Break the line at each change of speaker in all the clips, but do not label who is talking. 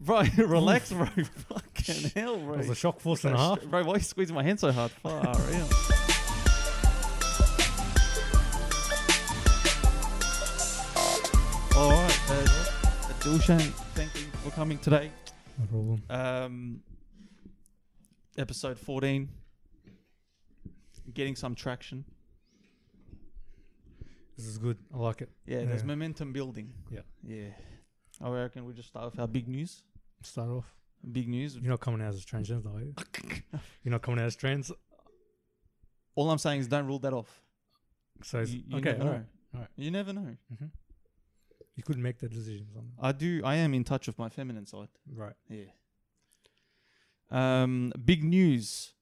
Bro, relax, bro. Fucking hell, bro.
That was a shock force and a half.
Bro, why are you squeezing my hand so hard? Far out. All right, uh, Dilshan, thank you for coming today.
No problem.
Um, episode 14, getting some traction.
This is good. I like it.
Yeah, there's
Yeah.
momentum building.
Yeah.
Yeah. I reckon we just start with our big news.
Start off.
Big news.
You're not coming out as transgender, though. Are you? You're not coming out as trans.
All I'm saying is don't rule that off.
So it's,
You, you
okay,
never
all
know.
right. all right.
You never know.
You couldn't make that decision. Something.
I do. I am in touch with my feminine side.
Right.
Yeah. Um, big news.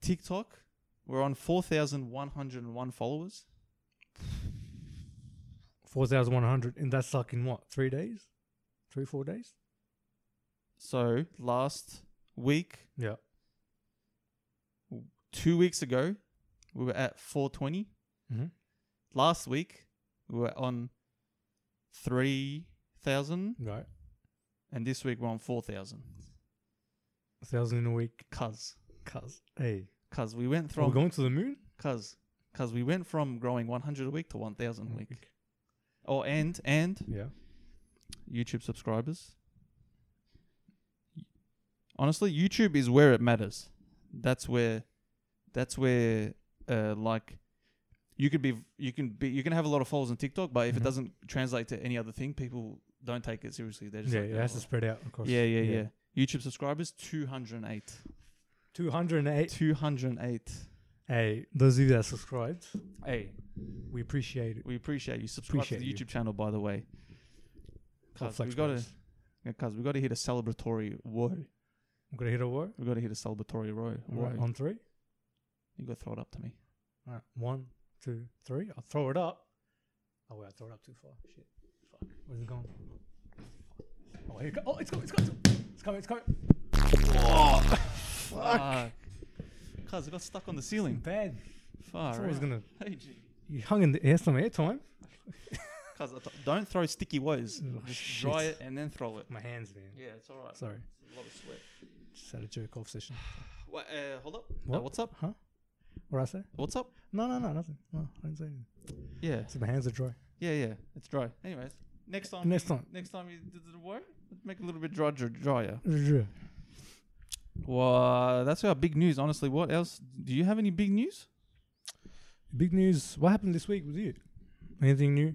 TikTok, we're on four thousand one hundred and one followers.
Four thousand one hundred, and that's like in what? Three days? Three, four days?
So last week,
Yeah.
two weeks ago, we were at four twenty.
Mm-hmm.
Last week, we were on three thousand,
Right.
and this week we're on four thousand.
A thousand in a week.
Cause,
Cuz. Hey.
cause we went
We're
from
going to the moon.
cause cause we went from growing one hundred a week to one thousand a
Mm,
week. Oh, and and
Yeah.
YouTube subscribers. Honestly, YouTube is where it matters. That's where, that's where, uh, like, you could be, you can be, you can have a lot of followers on TikTok, but if it
Mhm.
doesn't translate to any other thing, people don't take it seriously. They're just
Yeah.
like,
It
"Oh,
has to
well."
spread out, of course.
yeah, yeah, yeah, YouTube subscribers two hundred and eight,
Two hundred and eight.
two hundred and eight.
Hey, those of you that subscribed,
Hey,
we appreciate it.
we appreciate you. Subscribe to
Appreciate
the
you.
YouTube channel, by the way.
Our
Cause
flex
we gotta,
points.
cause we gotta hit a celebratory row.
I'm gonna hit a war.
We gotta hit a celebratory row. row.
On three.
You gotta throw it up to me.
All right. One, two, three. I'll throw it up. Oh wait, I throw it up too far. Shit. Fuck. Where's it going? Oh, here it go. Oh, it's going. It's going. It's coming. It's coming.
Fuck. Cuz, it got stuck on the ceiling.
Bad. I
Far
thought I was
out.
gonna.
Hey, G.
You hung in the air some airtime.
Cuz, I th- don't throw sticky woes.
Oh,
Just
shit.
dry it and then throw it.
My hands, man.
Yeah, it's alright.
Sorry.
It's a lot of sweat.
Just had a jerk off session.
Wait, uh, hold up. Uh,
What?
what's up?
Huh? What I say?
What's up?
No, no, no, nothing. No, I didn't say anything.
Yeah.
So my hands are dry.
Yeah, yeah. It's dry. Anyways, next time.
Next
you-
time.
Next time you did the work, make it a little bit dry, dry, drier.
Nah,
Well, that's our big news. Honestly, what else? Do you have any big news?
Big news. What happened this week with you? Anything new?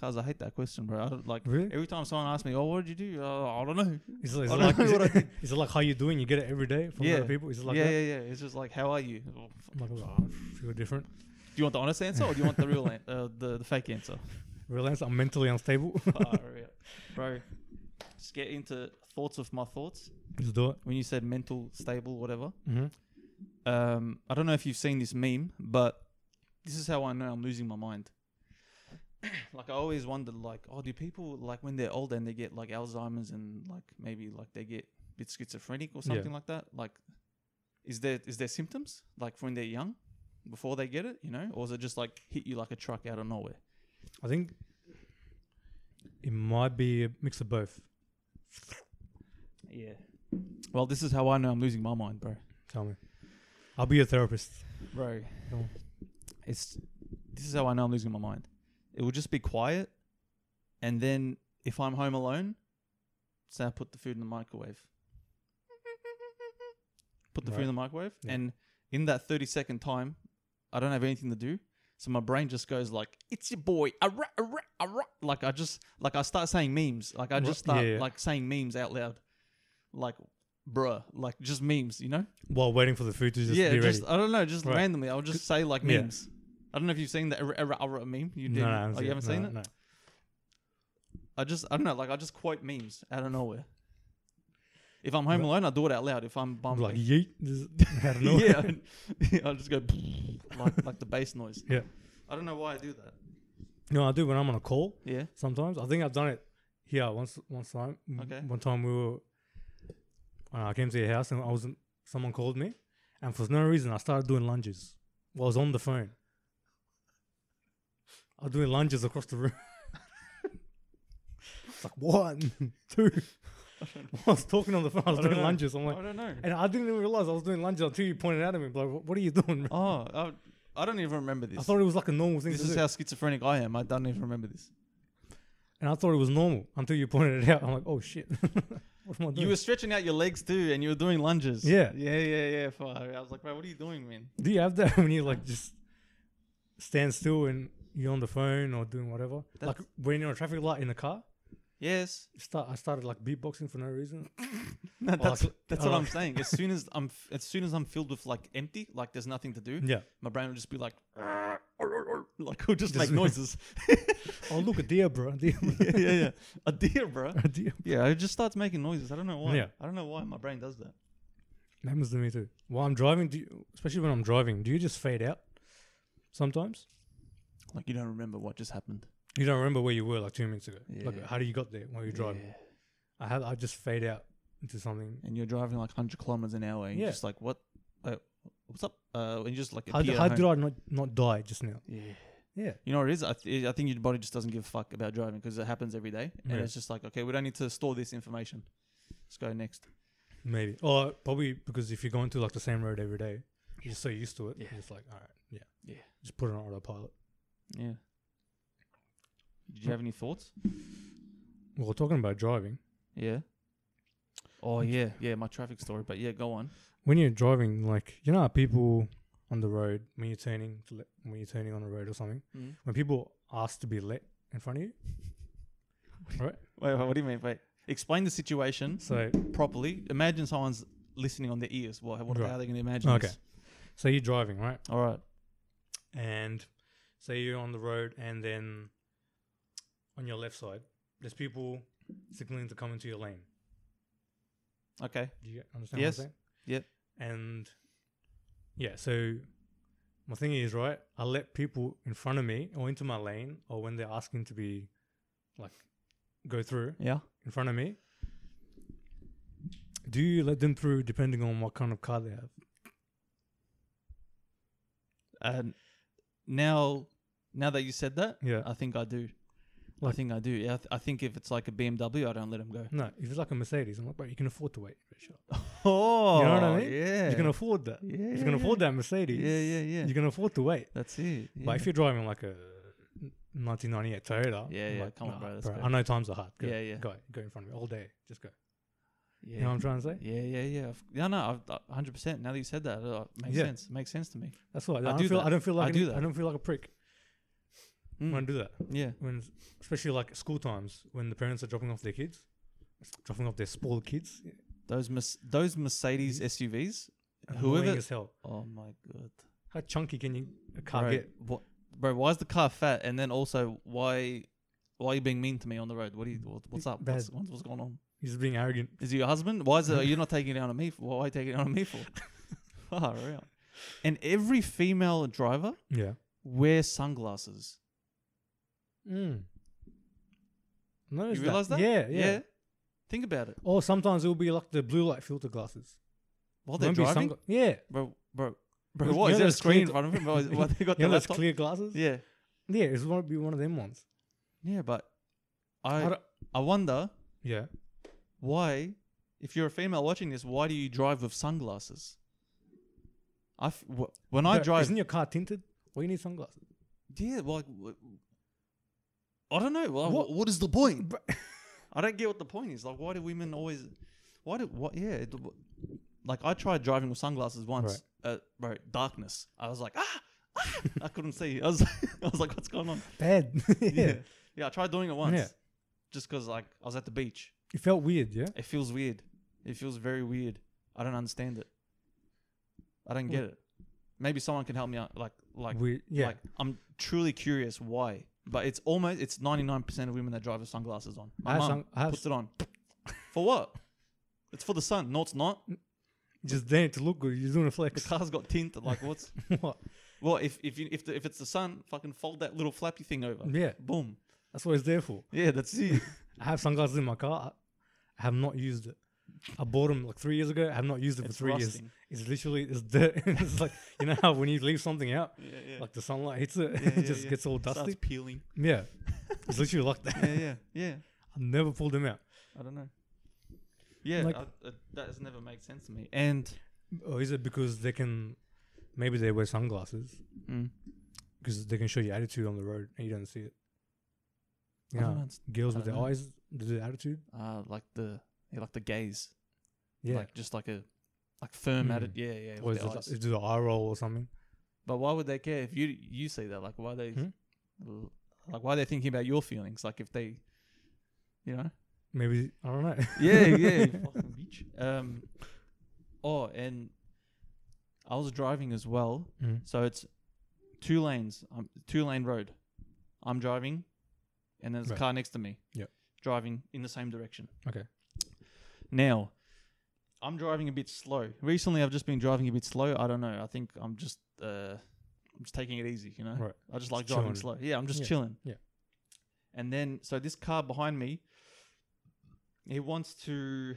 Cuz, I hate that question, bro. I don't like.
Really?
Every time someone asks me, "Oh, what did you do?" Uh, I don't know.
Is it, is,
I
it
don't
like,
know
is,
what I
it, is it like how you doing? You get it every day from
Yeah.
other people. Is it like
yeah,
that?
yeah, yeah. It's just like, how are you? Oh,
I'm like,
fuck.
oh, I feel different.
Do you want the honest answer or do you want the real, an- uh, the, the fake answer?
Realize I'm mentally unstable.
Far out. Bro, just get into thoughts of my thoughts.
Just do it.
When you said mental, stable, whatever,
Mm-hmm.
um, I don't know if you've seen this meme, but this is how I know I'm losing my mind. like I always wondered, like, oh, do people like when they're older and they get like Alzheimer's and like maybe like they get a bit schizophrenic or
Yeah.
something like that? Like, is there is there symptoms like when they're young, before they get it, you know, or is it just like hit you like a truck out of nowhere?
I think it might be a mix of both.
Yeah. Well, this is how I know I'm losing my mind, bro.
Tell me. I'll be your therapist.
Bro,
Go on.
it's this is how I know I'm losing my mind. It will just be quiet, and then if I'm home alone, say I put the food in the microwave. Put the food in
Right.
the microwave,
Yeah.
and in that 30 second time, I don't have anything to do. So my brain just goes like, "It's your boy," arra, arra, arra. like I just like I start saying memes, like I
Ru-
just start
yeah, yeah.
like saying memes out loud, like bruh, like just memes, you know?
While waiting for the food to just
yeah,
be
just uh,
ready.
I don't know, just
Right.
randomly. I'll just say like
yeah.
memes. I don't know if you've seen that er, era, era, era meme. You did.
no, no,
oh,
I haven't seen
you
it.
haven't seen
No,
it.
no.
I just I don't know. Like I just quote memes out of nowhere. If I'm home alone, I do it out loud. If I'm,
I'm
I'm
like, yeet. Just, I don't know.
yeah, I just go like like the bass noise.
Yeah.
I don't know why I do that.
No, I do when I'm on a call.
Yeah,
sometimes. I think I've done it here once once time. M-
Okay.
One time we were uh, I came to your house and I was someone called me and for no reason I started doing lunges. While I was on the phone. I was doing lunges across the room. So like one, two. I was talking on the phone. I was
I don't
doing
know.
lunges. I'm like,
I don't know.
and I didn't even realize I was doing lunges until you pointed out at me. Like, what are you doing? bro?"
Oh, I, I don't even remember this.
I thought it was like a normal thing
this
to
is
do,
how schizophrenic I am. I don't even remember this.
and I thought it was normal until you pointed it out. I'm like, oh shit, what am I doing?
You were stretching out your legs too, and you were doing lunges.
Yeah.
yeah, yeah, yeah. Fuck. I was like, bro, what are you doing, man?
Do you have that when you like just stand still and you're on the phone or doing whatever? like
That's-
when you're on a traffic light in the car,
Yes,
you start I started like beatboxing for no reason.
No, that's
like-
that's what
oh.
I'm saying. As soon as I'm f- as soon as I'm filled with like empty, like there's nothing to do,
Yeah.
my brain will just be like, like it'll just,
Just-
make noises.
Oh look, a deer, bro. A deer.
yeah, yeah, yeah. A deer, bro.
A deer.
Yeah, it just starts making noises. I don't know why.
Yeah.
I don't know why my brain does that.
It happens to me too. While I'm driving, do you, especially when I'm driving, do you just fade out sometimes?
Like you don't remember what just happened.
You don't remember where you were like two minutes ago. Like
Yeah.
how do you got there while you're driving?
Yeah.
I have I just fade out into something.
And you're driving like 100 kilometers an hour, and
Yeah.
you're just like, what? Uh, what's up? Uh, and you just like
How, d-
appear
how
at
did
home.
I not not die just now?
Yeah.
Yeah.
You know what it is? I, th- I think your body just doesn't give a fuck about driving because it happens every day, and
Yeah.
it's just like, okay, we don't need to store this information. Let's go next.
Maybe. Or probably because if you're going to like the same road every day, you're so used to it.
Yeah.
You're just like, all right, yeah.
Yeah.
Just put it on autopilot.
Yeah. Did you have any thoughts?
Well, talking about driving,
Yeah. Oh yeah, yeah, my traffic story. But yeah, go on.
when you're driving, like, you know how people on the road, when you're turning, to le- when you're turning on the road or something, when people ask to be let in front of you,
Wait, wait, what do you mean? Wait, explain the situation
so
properly. Imagine someone's listening on their ears. What? What?
Right.
How are they going to imagine?
Okay.
this?
so you're driving, right?
All right.
And say you're on the road, and then on your left side, there's people signaling to come into your lane.
Okay.
Do you understand
Yes.
what I'm saying?
Yep.
And yeah, so my thing is, right, I let people in front of me or into my lane or when they're asking to be like go through
Yeah.
in front of me. Do you let them through depending on what kind of car they have?
And now, now that you said that,
Yeah.
I think I do. I
Like-
think I do. Yeah. I, th- I think if it's like a BMW, I don't let them go.
No, if it's like a Mercedes, I'm like, bro, you can afford to wait. Shut up.
Oh,
mean?
Yeah.
You can afford that.
yeah,
If
yeah,
you can
yeah.
afford that Mercedes,
Yeah, yeah, yeah.
you can afford to wait.
That's it. Yeah.
But if you're driving like a 1998 Toyota,
Yeah,
I'm
yeah,
like,
come on,
"Nah,
bro, let's go."
I know times are hard. Go,
Yeah, yeah.
Go, go in front of me all day. Just go.
yeah.
You know what I'm trying to say?
Yeah, yeah, yeah. Of- Yeah, no, I've- a hundred percent. Now that you said that, uh, makes
Yeah.
sense. Makes sense to me.
That's why I,
I
don't
do
feel.
that.
I don't feel like
I
an-
do that.
I don't feel like a prick when I
Mm.
do that.
Yeah,
When, especially like school times, when the parents are dropping off their kids, dropping off their spoiled kids,
those Mes- those Mercedes SUVs.
whoever
Whoever-
Mm-hmm. as hell.
Oh my god,
How chunky can you a car
bro,
get?
What, bro? Why is the car fat? And then also, why why are you being mean to me on the road? What are you? What, what's up?
Bad.
What's, what's, what's going on?
He's being arrogant.
Is it your husband? Why is it? You're not taking it out on me. For, why are you taking it out on me for? Far out. And every female driver
Yeah.
wears sunglasses.
Mm. Notice
You realize that?
Yeah, yeah.
Think about it.
Or sometimes it will be like the blue light filter glasses.
While Oh, they're
Won't be
driving,
sungla- yeah.
bro, bro, bro.
You
What
know
is there a
those
screen
clear
in front of him? Bro, Oh, is- what, they got
You
the
know those
laptop?
clear glasses?
Yeah,
Yeah, it's going to be one of them ones.
yeah, but
I
I
don't-
I wonder
yeah.
why, if you're a female watching this, why do you drive with sunglasses? I f- wh- when I
Bro,
drive,
Isn't your car tinted? Why you need sunglasses?
yeah, like wh- I don't know. Like,
What-
what what is the point?
Bro-
I don't get what the point is. Like, why do women always? Why do what? Yeah, it, like I tried driving with sunglasses once. Uh, bro, darkness. I was like ah. ah," I couldn't see. I was, I was like, "What's going on?"
Bad. yeah.
yeah. Yeah, I tried doing it once.
Yeah.
Just because, like, I was at the beach.
It felt weird, yeah?
It feels weird. It feels very weird. I don't understand it. I don't get it. Maybe someone can help me out. Like, like,
weird. Yeah.
like, I'm truly curious why. But it's almost, it's 99% of women that drive with sunglasses on.
I
My
have
mum
sun- I have
puts it on. for what? It's for the sun. No, it's not.
just there to look good. You're doing a
The
flex.
car's got tint. Like, what's,
what?
well, if, if you, if, the, if it's the sun, fucking fold that little flappy thing over.
Yeah.
Boom.
That's what it's there for.
Yeah, that's it.
I have sunglasses in my car. I have not used it. I bought them like three years ago. I have not used it
It's
for three
rusting.
years. It's literally it's dirt. it's like you know how when you leave something out,
yeah, yeah.
like the sunlight hits it,
Yeah, yeah,
it just
yeah.
gets all
Starts
dusty.
peeling.
Yeah, it's literally like that.
yeah, yeah, yeah.
I never pulled them out.
I don't know. Yeah,
Like-
I, I, that has never made sense to me. And
Or is it because they can? Maybe they wear sunglasses
mm,
because they can show you attitude on the road and you don't see it.
I don't
Yeah,
underst-
girls
I
with their
don't know.
eyes, the attitude.
uh, like the yeah, like the gaze,
Yeah,
like just like a like firm at it.
Mm.
Yeah, yeah.
or
With
is
their
it,
eyes.
is it an eye roll or something?
But why would they care if you you see that? Like why they
Hmm?
l- like why are they thinking about your feelings? Like if they, you know.
Maybe I don't know.
Yeah, yeah. you fucking bitch. Um. Oh, and I was driving as well,
Mm.
so it's two lanes, um, two lane road. I'm driving, and there's
Right.
a car next to me.
Yep.
Driving in the same direction.
Okay.
Now, I'm driving a bit slow. Recently, I've just been driving a bit slow. I don't know. I think I'm just uh, I'm just taking it easy. You know.
Right.
I just like
Just
driving slow.
chilling.
Yeah, I'm just
Yeah.
chilling.
Yeah.
And then, so this car behind me, he wants to,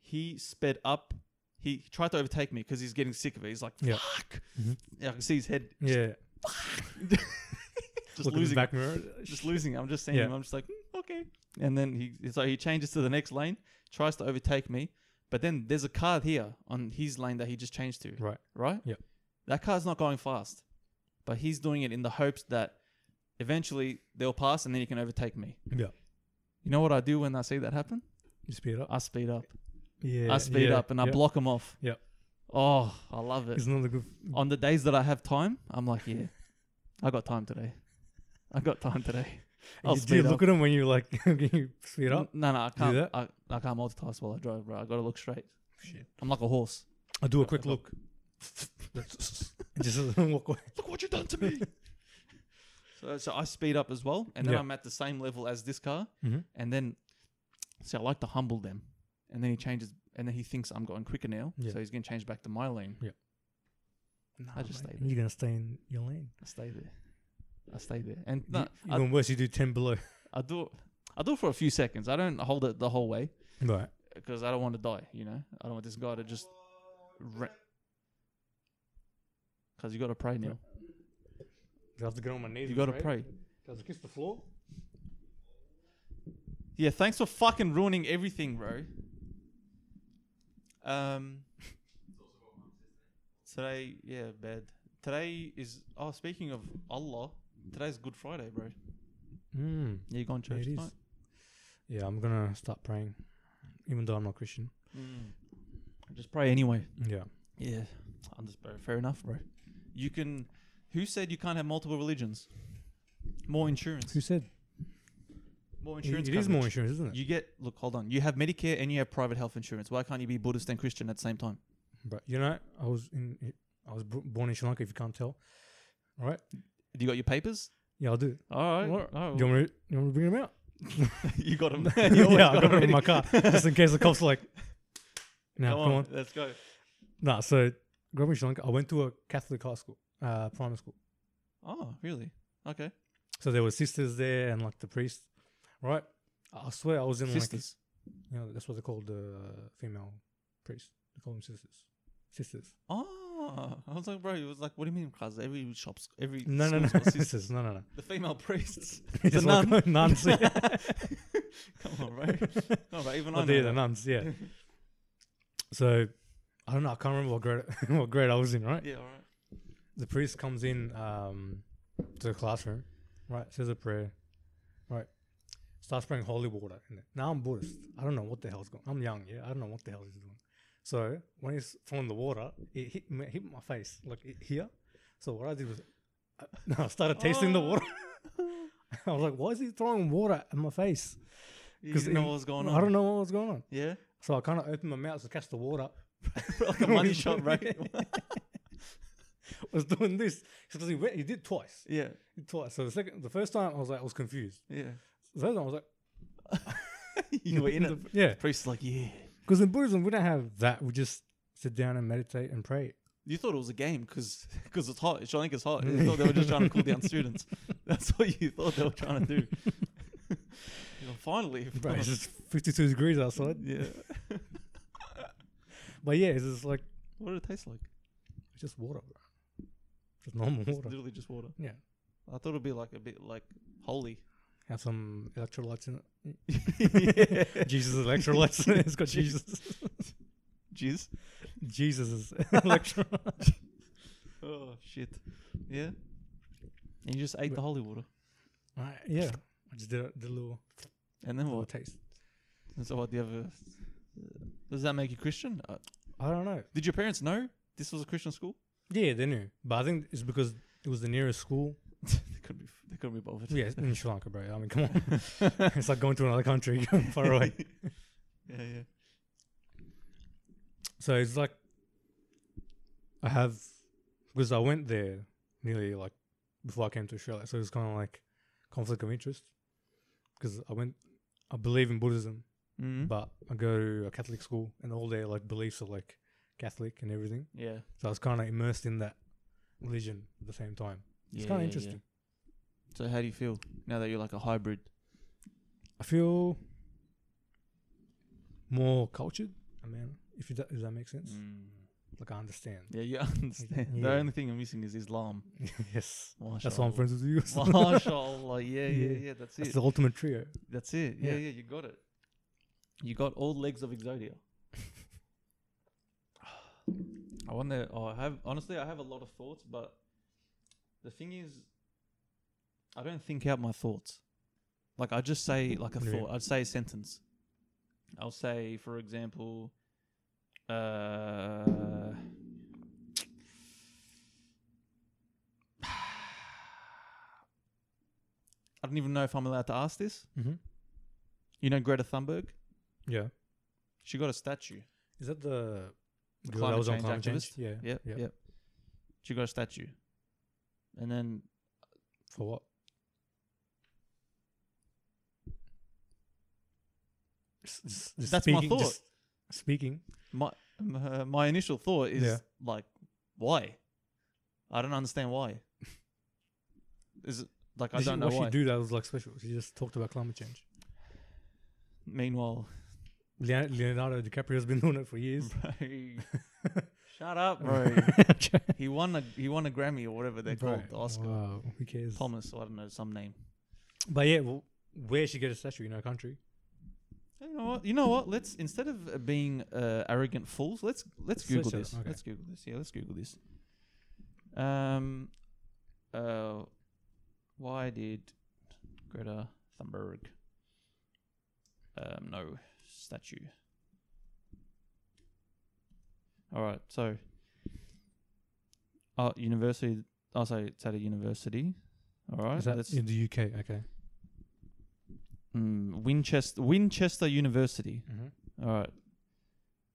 he sped up. He tried to overtake me because he's getting sick of it. He's like,
Yeah.
fuck.
Mhm.
Yeah, I can see his head
yeah.
just
Look at the
losing,
back mirror.
just losing. it. I'm just seeing
Yeah.
him. I'm just like, "Mm, okay. And then he, so he changes to the next lane, tries to overtake me. But then there's a car here on his lane that he just changed to
Right.
right?
Yep.
That car's not going fast, but he's doing it in the hopes that eventually they'll pass and then he can overtake me.
Yeah.
You know what I do when I see that happen?
You speed up.
I speed up.
Yeah.
I speed
yeah,
up and I
yeah.
block him off.
Yep.
Oh, I love it.
It's not a good.
On the days that I have time, I'm like, yeah, I got time today. I got time today. I'll
you do
speed
look
up.
at them when you like you speed
No,
up.
no, I can't.
that?
I, I can't multitask while I drive, bro. I got to look straight.
Shit.
I'm like a horse.
I do a quick look. Just walk away.
look what you've done to me. so, so I speed up as well, and then
Yeah.
I'm at the same level as this car,
Mhm.
and then see, I like to humble them, and then he changes, and then he thinks I'm going quicker now,
Yeah.
so he's gonna change back to my lane. I just stay there.
You're gonna stay in your lane.
I stay there. I stay there, and
No,
no, I,
Even worse, you do ten below.
I do. I do it for a few seconds. I don't hold it the whole way
Right.
because I don't want to die. You know, I don't want this guy to just. Because you got to pray now.
I have to get on my knees.
You got to pray.
I have to kiss the floor.
Yeah, thanks for fucking ruining everything, bro. Um, today, yeah, bad. Today is oh, speaking of Allah, today's Good Friday, bro.
Mm.
Yeah, you gone
Yeah,
church
it is.
tonight?
Yeah, I'm gonna start praying, even though I'm not Christian.
Just pray anyway.
Mm. Yeah.
Yeah, I'm just bro. Fair enough, bro. You can. Who said you can't have multiple religions? More insurance.
Who said?
More
It-
insurance.
it is more
coverage.
insurance, isn't it?
You get look. Hold on. You have Medicare and you have private health insurance. Why can't you be Buddhist and Christian at the same time?
But you know, I was in, I was br- born in Sri Lanka. If you can't tell, all right?
You got your papers.
Yeah, I'll do.
All right.
All
All
right.
right.
Do you want me? To, you want me to bring them out?
Oh. you got him.
yeah, I got it in my car just in case the cops like. Now
come, on, let's go.
Nah, so growing up in Sri Lanka, I went to a Catholic high school, uh, primary school.
Oh, really? Okay.
So there were sisters there and like the priest, right? I swear I was in
Sisters.
like, you know, that's what they call the female priest. They call them sisters. Sisters.
Oh, I was like, bro, it was like, what do you mean, class? Every shop's every
No, no, no.
school's got
sisters.
sisters.
No, no, no.
The female priests, the
You just walk
nun.
on- nuns. yeah.
Come on, bro. No, bro, even I
Oh,
know.
they're the
that.
nuns, yeah. so I don't know. I can't remember what grade, what grade I was in, right?
Yeah, all right.
the priest comes in um, to the classroom, right? Says a prayer, right? Starts spraying holy water in it. Now I'm Buddhist. I don't know what the hell's going. I'm young, yeah. I don't know what the hell he's doing. So when he's throwing the water, it hit me, hit my face like it, here. So what I did was, I, I started tasting the water.
Oh.
I was like, why is he throwing water at my face?
You didn't know
in-
what was going on.
I don't know what was going on.
Yeah,
So I kind of opened my mouth to catch the water.
like a money shot, bro.
was doing this because he went, he did twice.
yeah,
twice. So the second, the first time I was like, I was confused.
yeah.
The third time I was like,
you were in it.
yeah,
Priest's like, yeah.
because in Buddhism we don't have that. We just sit down and meditate and pray.
You thought it was a game because it's hot. Sri Lanka's hot. You thought they were just trying to cool down students. That's what you thought they were trying to do. You know, Finally,
Bro, it's just 52 degrees outside.
yeah.
But yeah, it's just like
What did it taste like?
it's just water, bro. Just normal
It's
water.
literally just water.
Yeah.
I thought it'd be like a bit like holy.
Have some electrolytes in it. Jesus electrolytes. it's got Jesus.
Jeez.
Jesus' electrolytes.
Oh shit. Yeah. And you just ate
Wait.
the holy water,
Right, yeah. I just did a, did a little,
and then
little
what?
taste.
And so what? Do you have a? Does that make you Christian? Uh,
I don't know.
did your parents know this was a Christian school?
Yeah, they knew. But I think it's because it was the nearest school.
They couldn't be. They couldn't be bothered.
Yeah, it's in Sri Lanka, bro. I mean, come on. it's like going to another country far away.
yeah, yeah.
So it's like I have because I went there nearly like before I came to Australia, so it's kind of like conflict of interest because I went. I believe in Buddhism,
Mm-hmm.
but I go to a Catholic school, and all their like beliefs are like Catholic and everything.
yeah.
So I was kind of immersed in that religion at the same time. It's
Yeah,
kind
yeah,
of
yeah.
interesting.
So how do you feel now that you're like a hybrid?
I feel more cultured. Mm. I mean, if you, if that makes sense,
Mm.
like I understand.
Yeah, you understand. The
Yeah.
only thing I'm missing is Islam.
yes, Oh, that's why I'm
Mashallah.
friends with you.
Mashallah. Yeah, yeah,
Yeah.
yeah. that's
That's
it.
the ultimate trio.
That's it. Yeah,
Yeah.
yeah, you got it. You got all legs of Exodia. I wonder. Oh, I have honestly, I have a lot of thoughts, but the thing is, I don't think out my thoughts. Like I just say like a
What do you mean?
thought. I'd say a sentence. I'll say, for example, uh, I don't even know if I'm allowed to ask this.
Mm-hmm.
You know Greta Thunberg?
Yeah.
She got a statue.
Is that the,
The
girl
climate
that was on
change
climate
activist?
change? Yeah.
Yep,
yeah.
yep. She got a statue. And then
For what? S- s- just
That's my thought.
just speaking.
my m- uh, my initial thought is
Yeah.
like, why? I don't understand why. Is it like I
Did she-
don't know
what
why?
she do that was like special. She just talked about climate change.
Meanwhile,
Leon- Leonardo DiCaprio has been doing it for years.
bro, shut up, bro. he won a he won a Grammy or whatever they're
Bro,
called, the Oscar.
Wow, who cares?
Thomas, I don't know some name.
But yeah, well, where she get a statue in our country?
You know what? You know what? Let's instead of uh, being uh, arrogant fools, let's let's
Let's
Google
search it.
this.
Okay.
Let's Google this. Yeah, let's Google this. Um, uh, why did Greta Thunberg? Um, no statue. All right, so. Uh, university. I'll say it's at a university. All right,
Is that
let's-
in the UK? Okay.
mm, Winchester Winchester University. All right.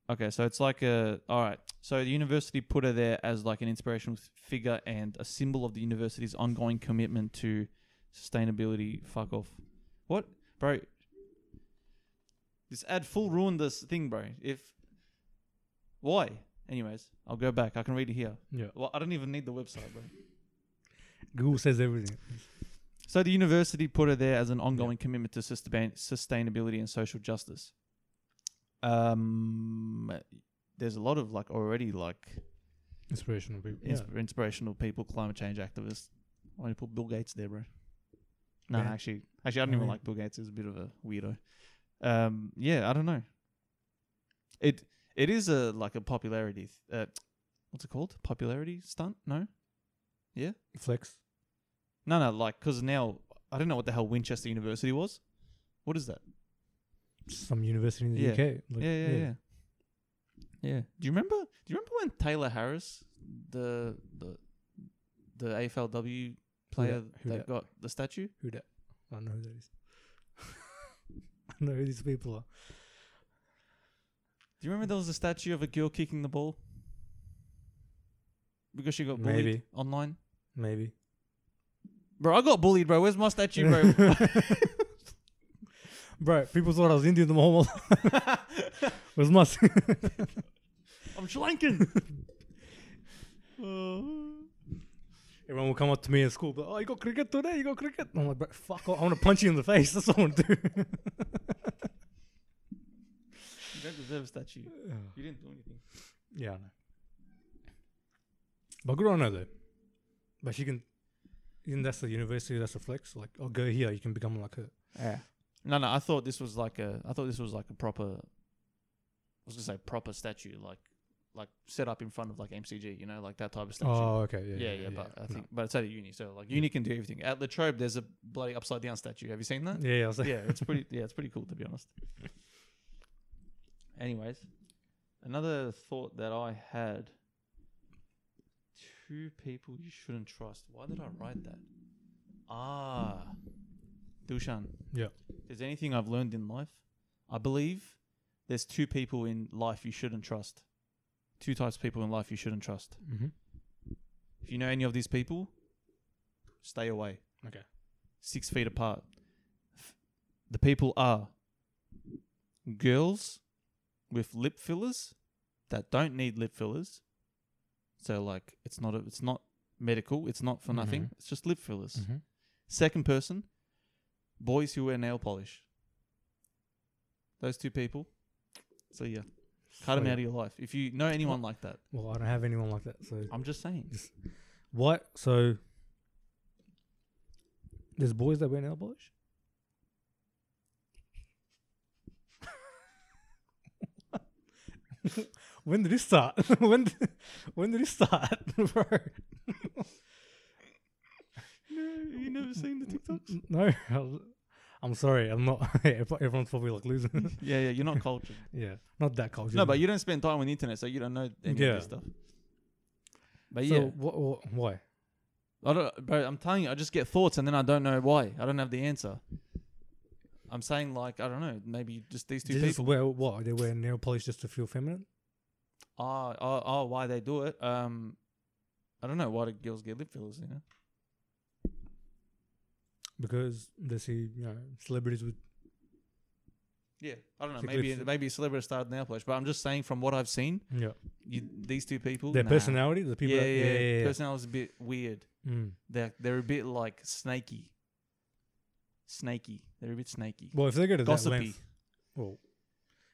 Okay, so it's like a all right. So the university put her there as like an inspirational figure and a symbol of the university's ongoing commitment to sustainability. Fuck off. What, bro? This ad full ruined this thing, bro. If why? Anyways, I'll go back. I can read it here.
Yeah.
Well, I don't even need the website, bro.
Google says everything.
So the university put her there as an ongoing commitment to sustain- sustainability and social justice. Um, there's a lot of like already like
Inspirational people. Yeah.
insp- inspirational people, climate change activists. I want to put Bill Gates there, bro. No,
Yeah.
actually, actually, I don't
I
even
mean-
like Bill Gates. He's a bit of a weirdo. Um, yeah, I don't know. It it is a like a popularity. Th- uh, what's it called? Popularity stunt? No,
Flex.
no, no. Like, cause now I don't know what the hell Winchester University was. What is that?
Some university in the
Yeah.
UK. Like,
yeah, yeah, yeah, yeah. Do you remember? Do you remember when Taylor Harris, the the the AFLW player
dat? Who
that
dat?
got the statue?
Who that? I don't know who that is. I know who these people are.
Do you remember there was a statue of a girl kicking the ball because she got bullied
Maybe.
online?
Maybe.
Bro, I got bullied, bro. Where's my statue, bro?
Bro, people thought I was Indian the whole was my
I'm Sri Lankan. Oh.
Everyone will come up to me in school, but oh, you got cricket today? You got cricket? I'm like, bro, fuck off. I want to punch you in the face. That's what I want to do.
you don't deserve a statue. You didn't do anything.
yeah, I know. But good on her though. But she can Isn't that the university that's a flex? Like, oh, go here, you can become like her.
Yeah. No, no. I thought this was like a. I thought this was like a proper. I was gonna say proper statue, like like set up in front of like MCG, you know, like that type of statue.
Oh, okay,
yeah,
yeah,
yeah, But I think, but it's at a uni, so like uni can do everything. At Latrobe, there's a bloody upside down statue. Have you seen that?
No. yeah, I was like,
yeah, it's pretty. Yeah, it's pretty cool to be honest. Anyways, another thought that I had: two people you shouldn't trust. Why did I write that? Ah, Dushan.
Yeah.
If there's anything I've learned in life, I believe there's two people in life you shouldn't trust. Two types of people in life you shouldn't trust.
hmm
If you know any of these people, stay away.
Okay.
Six feet apart. F- The people are girls with lip fillers that don't need lip fillers. So like it's not a, it's not medical, it's not for nothing.
Mhm.
It's just lip fillers.
hmm
Second person, boys who wear nail polish. Those two people. So yeah. Cut them
So,
out of your life. If you know anyone like that,
Well, I don't have anyone like that. So
I'm just saying.
what? So there's boys that wear nail polish. when did this start? when did, when did this start, bro?
No, you never seen the TikToks?
No, I'll- I'm sorry, I'm not. everyone- Everyone's probably like losing.
yeah, yeah, you're not cultured.
yeah, not that culture.
No, but you don't spend time on the internet, so you don't know any of
Yeah.
this stuff. But
So
yeah,
what, what, why?
I don't, bro. I'm telling you, I just get thoughts, and then I don't know why. I don't have the answer. I'm saying like I don't know. Maybe just these two
They just
people.
wear what? They wear nail polish just to feel feminine.
Oh, oh, oh, why they do it? Um, I don't know why do girls get lip fillers. You know,
because they see you know celebrities with
yeah, I don't know.
Think
Maybe
lip-
maybe a celebrity started nail polish, but I'm just saying from what I've seen,
yeah
you, these two people,
their
nah.
personality, the people
yeah,
that,
yeah, yeah,
yeah.
personality's a bit weird.
Mm.
They're they're a bit like snaky, snaky. They're a bit snaky,
Well, if they go to that
gossipy.
length, well,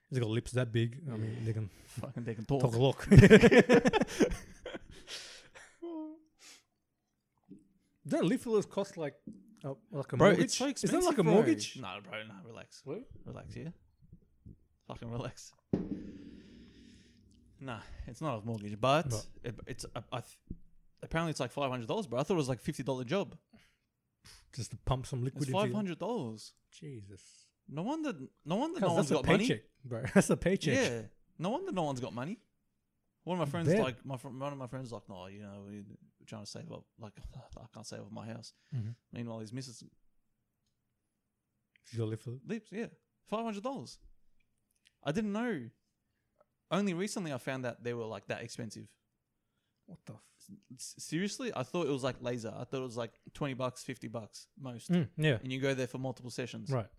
if they got lips that big, I mean, they can
Fucking they can talk.
talk a lot. Don't lip fillers cost like uh, like a
Bro,
mortgage?
it's so
Is
expensive.
that like a
bro.
mortgage?
No, bro, no, relax.
What?
Relax, yeah? Fucking relax. Nah, it's not a mortgage, but
Right.
it, it's uh, I, I th- apparently it's like five hundred dollars, bro. I thought it was like fifty dollar job.
Just to pump some liquid.
It's
into your-
five hundred dollars.
Jesus.
No wonder, no wonder
Cuz
no one's
that's a
got
paycheck,
money.
bro. That's a paycheck.
Yeah, no wonder no one's got money. One of my friends,
Bet.
like my fr- one of my friends, like, no, you know, we're trying to save up. Like, I can't save up my house.
Mhm.
Meanwhile, his missus
She's got lip fillers.
Leaps, yeah. Five hundred dollars. I didn't know. Only recently I found out they were like that expensive.
What the? F-
S- seriously, I thought it was like laser. I thought it was like twenty bucks, fifty bucks most.
Mm, yeah.
And you go there for multiple sessions.
Right.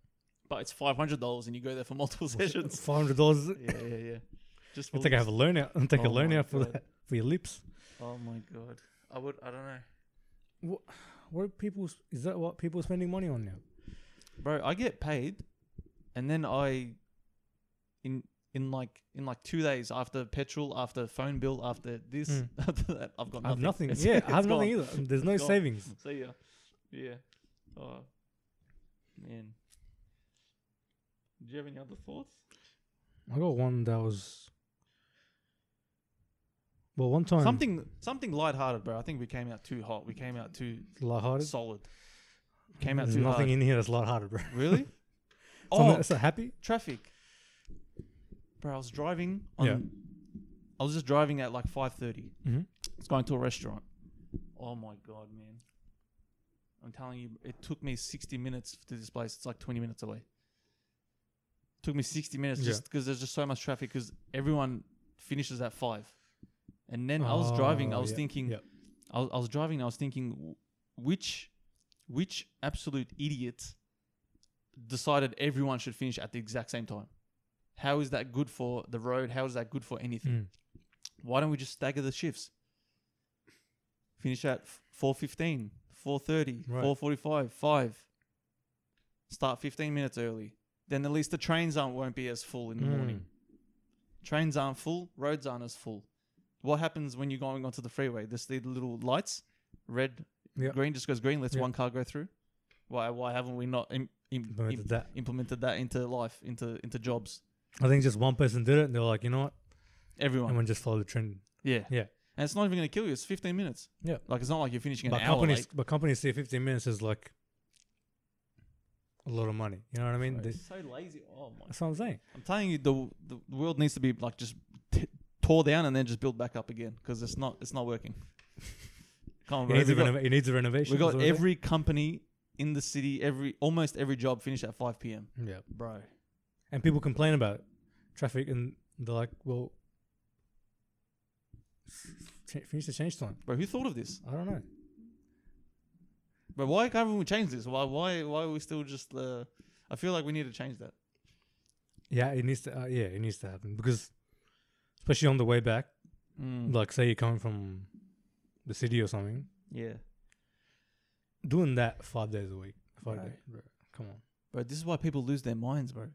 But it's five hundred dollars and you go there for multiple sessions.
Five hundred dollars.
yeah, yeah, yeah. Just for
It's like I
lips.
have a loan out. Take a
Oh
loan
my
out for
God.
that for your lips.
Oh my god. I would I don't know.
What are people? Is that what people are spending money on now?
Bro, I get paid and then I in in like in like two days after petrol, after phone bill, after this,
Mm.
after that, I've got nothing.
I have nothing.
It's-
yeah,
it's
I have
gone.
nothing either. There's no
It's gone.
savings.
See ya. Yeah. Oh man. Do you have any other thoughts?
I got one that was. Well, one time
Something something lighthearted, bro. I think we came out too hot. We came out too
lighthearted.
solid. Came out
There's
too
nothing
hard.
in here that's lighthearted, bro.
really?
Oh,
oh,
that's so happy.
traffic. Bro, I was driving on
Yeah.
I was just driving at like 5:30.
Mhm.
It's going to a restaurant. Oh my god, man. I'm telling you, it took me 60 minutes to this place. It's like 20 minutes away. took me 60 minutes
Yeah.
just because there's just so much traffic because everyone finishes at 5. And then I was driving, I
Oh,
was
yeah,
thinking
yeah.
I, was, I was driving, I was thinking w- which which absolute idiot decided everyone should finish at the exact same time. How is that good for the road? How is that good for anything?
Mm.
why don't we just stagger the shifts? Finish at 4.15, 4.30,
Right.
4.45, 5. Start 15 minutes early. Then at least the trains aren't, won't be as full
Mm.
in the
Hmm.
morning. Trains aren't full, roads aren't as full. What happens when you're going onto the freeway? There's the little lights, red,
Yeah.
Green just goes green. Let's
Yeah.
one car go through. Why? Why haven't we not im- im-
But
im-
that,
implemented that into life, into into jobs?
I think just one person did it, and they were like, you know what?
Everyone.
Everyone just follow the trend.
Yeah.
Yeah.
And it's not even going to kill you. It's 15 minutes.
Yeah.
Like it's not like you're finishing an
But
hour
companies,
late.
but companies see 15 minutes is like a lot of money. You know what I mean? They,
It's so lazy. Oh my!
that's what I'm saying.
I'm telling you, the the world needs to be like just t- tore down and then just built back up again because it's not it's not working. Come on,
It
bro.
needs,
We
a
got,
renova- it needs a renovation.
we
is
got
what I'm saying.
every company in the city, every almost every job finished at 5 p.m.
Yeah.
Bro,
And people complain about traffic, and they're like, well, ch- finish the change time.
bro, who thought of this?
I don't know.
But why can't we change this? Why why why are we still just uh, I feel like we need to change that.
Yeah, it needs to. Uh, yeah, it needs to happen because, especially on the way back,
Mm.
like say you're coming from the city or something,
Yeah,
doing that five days a week, five
Right.
days. Bro, come on.
bro, this is why people lose their minds, bro.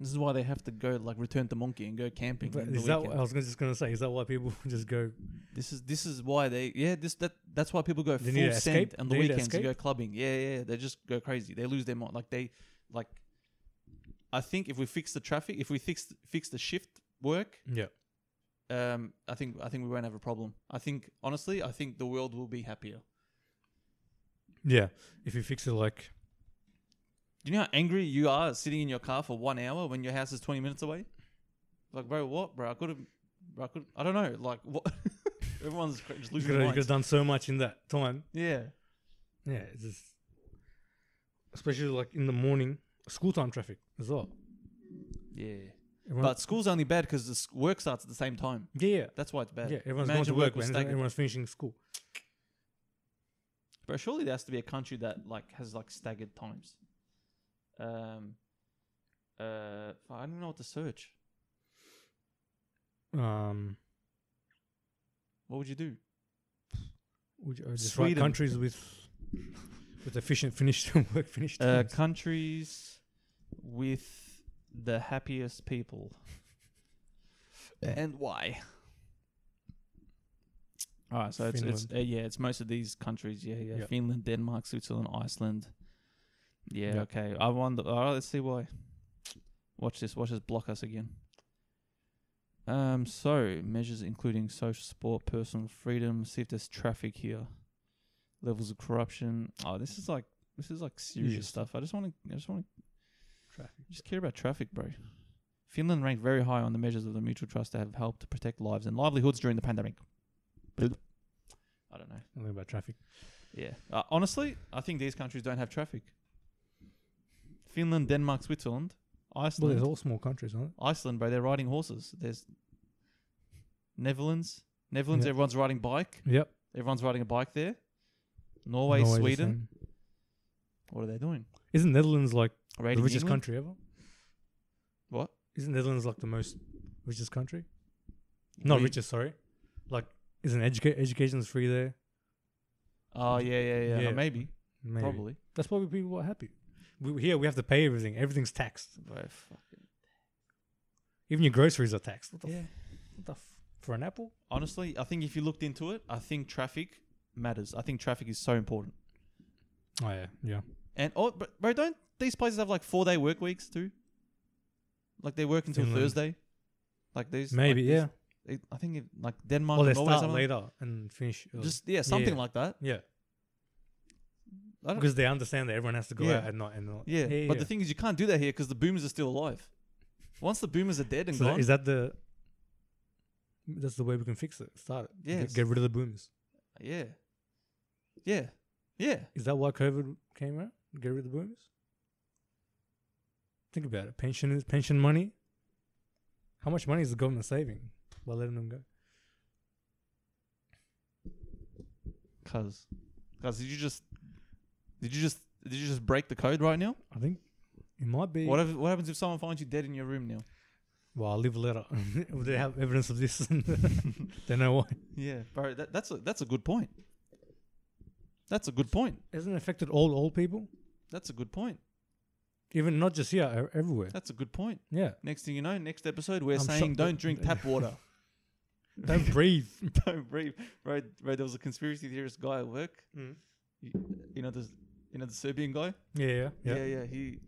This is why they have to go like return to monkey and go camping.
But
in the
is that?
weekend.
What, I was gonna- just gonna say, is that why people just go?
This is this is why they yeah this that that's why people go
They need
full
to
send
escape?
on the
They need to
weekends to go
escape?
clubbing. Yeah, yeah, they just go crazy. They lose their mind. Like they like. I think if we fix the traffic, if we fix fix the shift work,
Yeah,
um, I think I think we won't have a problem. I think honestly, I think the world will be happier.
yeah. If you fix it like,
Do you know how angry you are sitting in your car for one hour when your house is twenty minutes away? Like, bro, what, bro? I could have, I could, I don't know. Like, what? Everyone's cra- just
you
losing
could
their
have
minds.
done so much in that time.
Yeah,
Yeah, it's just especially like in the morning, school time traffic as well.
yeah.
Everyone,
But school's only bad because the s- work starts at the same time.
yeah, yeah,
That's why it's bad.
yeah. Everyone's
Imagine
going to work
was
when
staggered.
everyone's finishing school.
But surely there has to be a country that like has like staggered times. Um, uh, fuck, I don't know what to search.
Um,
What would you do?
would you, uh, just
Sweden.
write countries with with efficient finish work finish
Uh,
times.
countries with the happiest people. and why? All right, so it's, it's uh, yeah, it's most of these countries. Yeah, yeah,
Yeah.
Finland, Denmark, Switzerland, Iceland. Yeah,
Yeah.
okay. I wonder. All right, let's see why. Watch this. Watch this block us again. Um. So measures including social support, personal freedom. See if there's traffic here. Levels of corruption. Oh, this is like this is like serious
Yes.
stuff. I just want to. I just want to
traffic.
just care about traffic, bro. Finland ranked very high on the measures of the mutual trust that have helped to protect lives and livelihoods during the pandemic. I don't know.
Something about traffic.
Yeah. Uh, honestly, I think these countries don't have traffic. Finland, Denmark, Switzerland,
Well,
Iceland.
there's all small countries, aren't
Iceland, bro, they're riding horses. There's Netherlands. Netherlands,
Yeah.
everyone's riding bike.
there? Yep.
Everyone's riding a bike there. Norway,
Norway's the
Sweden.
same.
What are they doing?
Isn't Netherlands like
Raiding
the richest
England?
country ever?
What?
Isn't Netherlands like the most richest country? Not
We-
richest, sorry. Like, isn't educa- education's free there?
Oh, yeah, yeah, yeah.
Yeah.
Maybe,
Maybe.
Probably.
That's why people are happy. We, here we have to pay everything. Everything's taxed.
Bro, fucking.
Even your groceries are taxed. What the,
Yeah.
f- what the f- for an apple?
honestly, I think if you looked into it, I think traffic matters. I think traffic is so important.
Oh yeah, yeah.
And oh, but bro, don't these places have like four day work weeks too? Like they work until
Finland.
Thursday. Like these, like
Maybe
these-
yeah.
it- I think it, like Denmark,
Or they
and Norway,
start
something-
later and finish. early.
just yeah, something
Yeah.
like that.
yeah,
I don't,
because they understand that everyone has to go
Yeah.
out at night and not.
yeah.
yeah.
but the thing is, you can't do that here because the boomers are still alive. Once the boomers are dead and
so
gone,
is that the? That's the way we can fix it. Start it. Get-
Yes.
Get, rid of the boomers.
yeah, yeah, yeah.
Is that why COVID came out? Get rid of the boomers. Think about it. Pension is pension money. How much money is the government saving by letting them go?
Cause, cause did you just, did you just, did you just break the code right now?
I think it might be.
What, if, what happens if someone finds you dead in your room now?
Well, I'll leave a letter. they have evidence of this. they know why.
Yeah, bro, that, that's a that's a good point. That's a good point.
Hasn't it affected all old people?
That's a good point.
Even not just here, e- everywhere.
That's a good point.
Yeah.
Next thing you know, next episode we're
I'm
saying
shocked that-
don't drink tap water.
Don't breathe.
Don't breathe, bro. Bro, there was a conspiracy theorist guy at work.
Mm.
You, you know the you know the Serbian guy.
Yeah, yeah, yeah.
yeah, yeah. He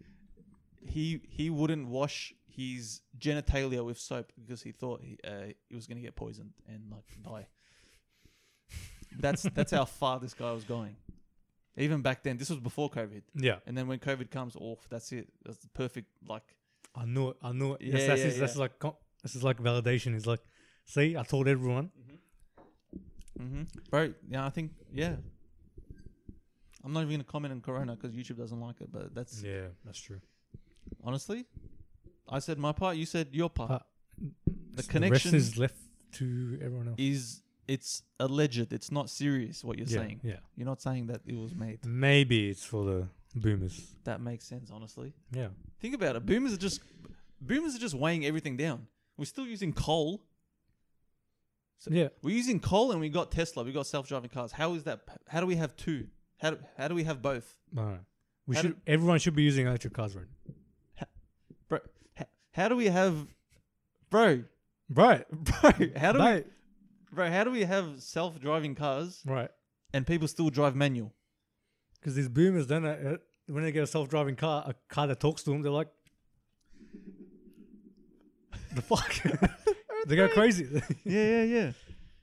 he he wouldn't wash his genitalia with soap because he thought he uh, he was gonna get poisoned and like die. That's that's how far this guy was going. Even back then, this was before COVID.
Yeah.
And then when COVID comes, off, that's it. That's the perfect like.
I knew it. I knew it.
Yeah,
yes, that's,
yeah,
his- that's
yeah.
like co- this is like validation. It's like, see, I told everyone.
Mm-hmm. Bro, yeah, I think yeah. I'm not even gonna comment on Corona because YouTube doesn't like it, but that's
Yeah, that's true.
honestly, I said my part, you said your part.
Uh,
the
rest
connection
is left to everyone else.
is it's alleged. It's not serious what you're
yeah,
saying.
yeah.
You're not saying that it was made.
Maybe it's for the boomers.
That makes sense, honestly.
Yeah.
Think about it. Boomers are just boomers are just weighing everything down. We're still using coal. So-
yeah.
We're using coal, and we got Tesla. We got self-driving cars. How is that? How do we have two? How do, how do we have both?
All right. We
How
should. everyone should be using electric cars, right?
Bro, h- how do we have, bro,
Right.
bro? How do
Right.
we, bro? How do we have self-driving cars
Right.
and people still drive manual?
Because these boomers, then uh, when they get a self-driving car, a car that talks to them, they're like, the fuck. they go crazy.
Yeah, yeah, yeah.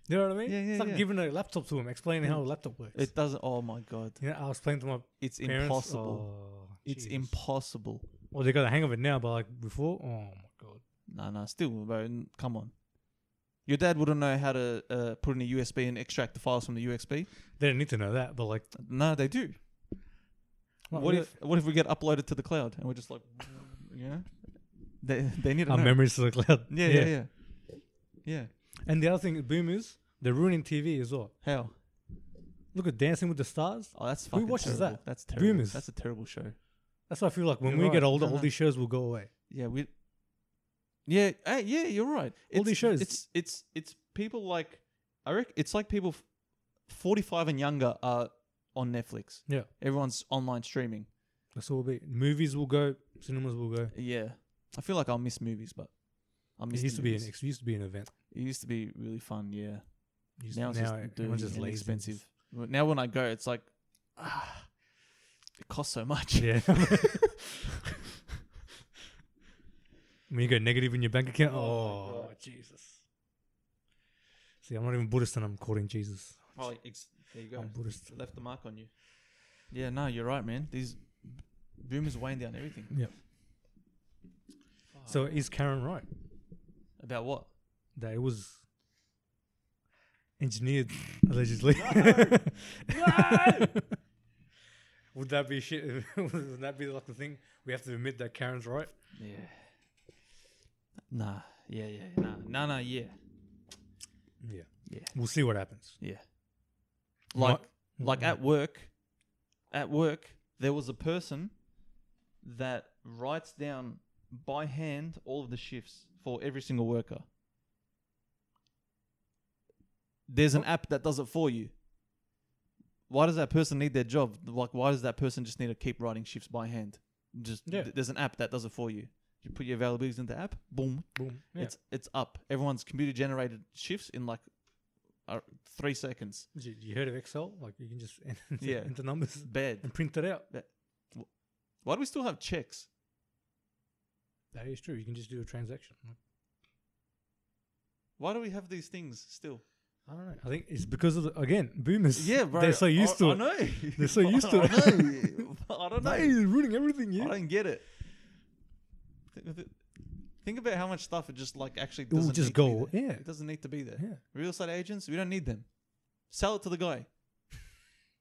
you know what I mean?
Yeah, yeah,
it's like
yeah. Mm.
giving a laptop to them, explaining how a laptop works.
It doesn't. Oh my god,
you know, I was playing to my
it's
parents.
impossible.
Oh,
it's
jeez.
impossible.
Well, they got the hang of it now, but like before, oh my god.
Nah, nah, still, bro. n- Come on. Your dad wouldn't know how to uh, put in a USB and extract the files from the USB.
They didn't need to know that, but like,
No, they do. What
yeah,
if what if we get uploaded to the cloud and we're just like, you know, they they need to
our
know.
memories to the cloud?
yeah, yeah, yeah, yeah.
And the other thing, boomers, they're ruining TV as well.
How?
Look at Dancing with the Stars.
Oh, that's
Who
fucking
watches
terrible.
that?
That's terrible.
Boomers.
That's a terrible show.
That's why I feel like when
You're
we
right. Uh-huh.
get older,
No,
all
no.
these shows will go away.
Yeah, we. Yeah, uh, yeah, you're right. It's,
these shows.
It's it's it's people like I reckon it's like people, f- forty five and younger are on Netflix.
Yeah.
everyone's online streaming.
That's all it'll be. Movies will go, cinemas will go.
Yeah, I feel like I'll miss movies, but I miss.
It
the
used to be an
movies.
it used to be an event.
it used to be really fun. Yeah,
It used-
now it's
now
just
everyone's
dirty and
lazy.
expensive. But Now when I go, it's like, ah, it costs so much.
Yeah. when you go negative in your bank account, oh, Jesus. See, I'm not even Buddhist and I'm calling Jesus.
Oh, ex- there you go.
I'm Buddhist.
Left the mark on you. Yeah, no, you're right, man. These boomers weighing down everything.
Yeah.
uh-huh.
So is Karen right
About what?
that it was engineered allegedly? Would that be shit? Would that be like the thing we have to admit that Karen's right?
Yeah. Nah. Yeah, yeah, yeah, nah. Nah, nah, yeah.
Yeah.
Yeah.
We'll see what happens.
Yeah.
Might-
Like like at work, at work there was a person that writes down by hand all of the shifts for every single worker. There's an app that does it for you. Why does that person need their job? Like, why does that person just need to keep writing shifts by hand? Just
Yeah.
th- there's an app that does it for you. You put your availabilities in the app, boom,
boom.
it's it's up. Everyone's computer generated shifts in like uh, three seconds.
You, you heard of Excel? Like you can just enter,
Yeah.
enter numbers
Bad.
and print it out.
Why do we still have checks?
That is true. You can just do a transaction.
Why do we have these things still?
I don't know. I think it's because of the, again boomers.
Yeah, bro.
They're so used
I,
to
I
it.
know.
They're so used to
I
it.
know. I don't know.
Hey, they're ruining everything.
I
Yeah.
don't get it. Th- th- Think about how much stuff it just like actually
will
doesn't
just
need to be
go,
there.
yeah.
It doesn't need to be there.
Yeah.
Real estate agents, we don't need them. Sell it to the guy.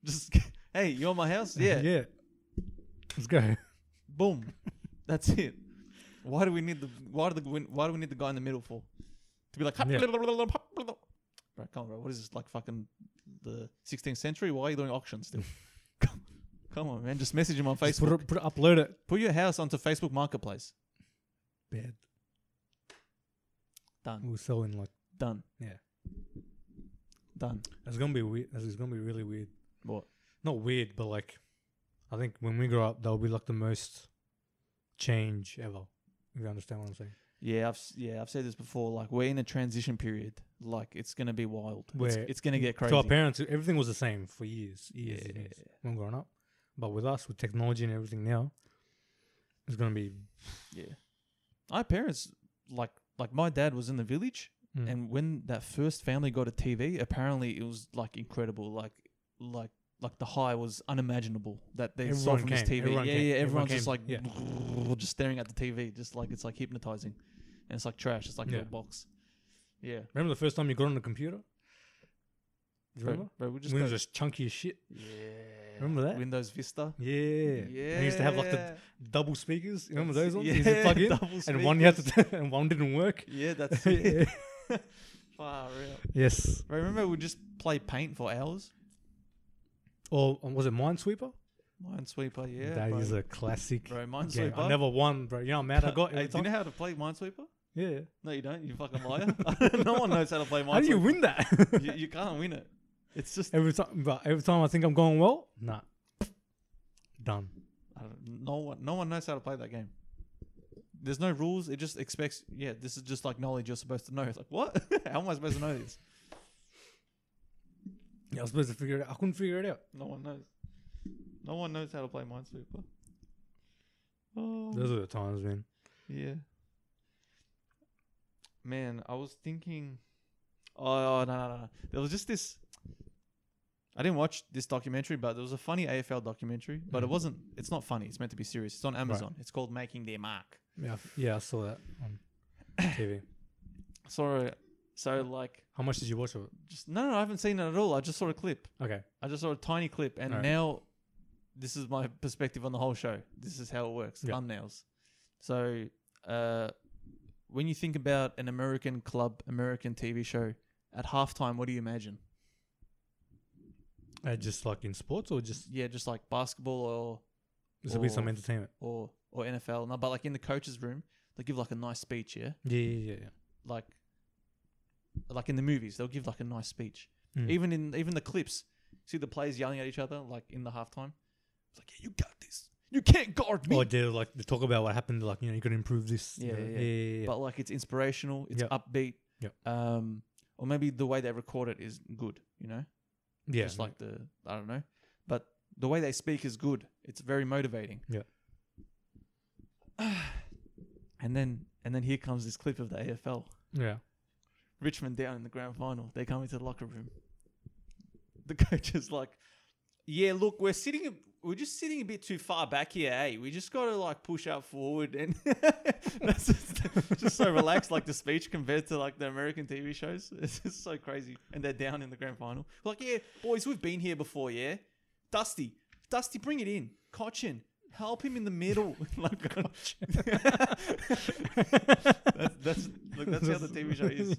just hey, you want my house? Yeah.
yeah. Let's go.
Boom. That's it. Why do we need the why do the why do we need the guy in the middle for? To be like
Yeah.
Right, come on, bro. What is this like fucking the 16th century? Why are you doing auctions still? come, come on, man. Just message him on
Just
Facebook.
Put it, put it, upload it.
Put your house onto Facebook Marketplace.
Bad.
Done.
We'll sell in like
Done.
Yeah.
Done.
that's gonna be weird. That's it's gonna be really weird.
What?
Not weird, but like, I think when we grow up, that'll be like the most change ever. If you understand what I'm saying.
Yeah, I've s- yeah, I've said this before. Like we're in a transition period. like it's gonna be wild. It's,
Where-
it's gonna get crazy.
To our parents, everything was the same for years, years, and
Yeah.
years when growing up. But with us, with technology and everything now, it's gonna be.
Yeah. Our parents like like my dad was in the village
Mm.
and when that first family got a TV, apparently it was like incredible. Like like like the high was unimaginable that they saw
Everyone
from this
came,
TV.
everyone
yeah,
came,
yeah,
everyone
everyone's just like
came,
just staring at the TV, just like it's like hypnotizing. And it's like trash, it's like a
Yeah.
little box. Yeah.
remember the first time you got on the computer? Do you
Bro,
remember?
bro, we just
When it
got-
was just chunky as shit.
Yeah.
Remember that?
Windows Vista?
Yeah. And you used to have like the double speakers. You remember those ones? You used to
Yeah,
plug in,
double
and one you had to, and one didn't work.
Yeah, that's
Yeah.
it. Far out.
yes.
Bro, remember we just play paint for hours?
Or um, was it Minesweeper?
Minesweeper,
That
yeah.
is
bro.
a classic
Bro,
game.
Minesweeper.
I never won, bro. You know how mad I got every
Hey, do you
time?
know how to play Minesweeper?
yeah.
No, you don't. You fucking liar. no one knows how to play Minesweeper.
How do you win that?
You, you can't win it. It's just
every time, but every time I think I'm going well, nah, done.
I don't, no one. No one knows how to play that game. There's no rules. It just expects. Yeah, this is just like knowledge you're supposed to know. It's like what? how am I supposed to know this?
Yeah, I was supposed to figure it. out. I couldn't figure it out.
No one knows. No one knows how to play Minesweeper. Oh.
Those are the times, man.
Yeah. Man, I was thinking. Oh, oh, no, no, no, no. There was just this. I didn't watch this documentary, but there was a funny AFL documentary. But it
Mhm.
wasn't. It's not funny. It's meant to be serious. It's on Amazon. It's called Making Their Mark.
Yeah, I- yeah, I saw that on TV.
Sorry. So like,
How much did you watch of it?
just no, no, I haven't seen it at all. I just saw a clip.
Okay,
I just saw a tiny clip, and
Alright.
now this is my perspective on the whole show. This is how it works.
Yeah.
Thumbnails. So, uh, when you think about an American club, American TV show, at halftime, what do you imagine?
uh, just like in sports, or just
Yeah, just like basketball
this will be some
Or-
entertainment.
or or or NFL. No, but like in the coach's room, they give like a nice speech. Yeah,
Yeah, yeah, yeah.
like like in the movies, they'll give like a nice speech.
yeah. Mm.
Even in even the clips, see the players yelling at each other like in the halftime. It's like, yeah, you got this. You can't guard me.
or they like they talk about what happened. Like you know, you could improve this. you
Yeah,
know,
yeah,
yeah,
yeah.
yeah, yeah.
but like it's inspirational, it's
Yep.
upbeat,
Yep.
um, or maybe the way they record it is good, you know,
yeah,
just like the I don't know, but the way they speak is good. It's very motivating.
Yep.
and then and then here comes this clip of the AFL
yeah.
Richmond down in the grand final. They come into the locker room. The coach is like, "Yeah, look, we're sitting, a- we're just sitting a bit too far back here. Hey, we just got to like push up forward." And that's just, just so relaxed, like the speech compared to like the American TV shows. It's just so crazy. And they're down in the grand final. Like, yeah, boys, we've been here before. Yeah, Dusty, Dusty, bring it in, Cochin. Help him in the middle. like, that's that's, look, that's how the TV show is.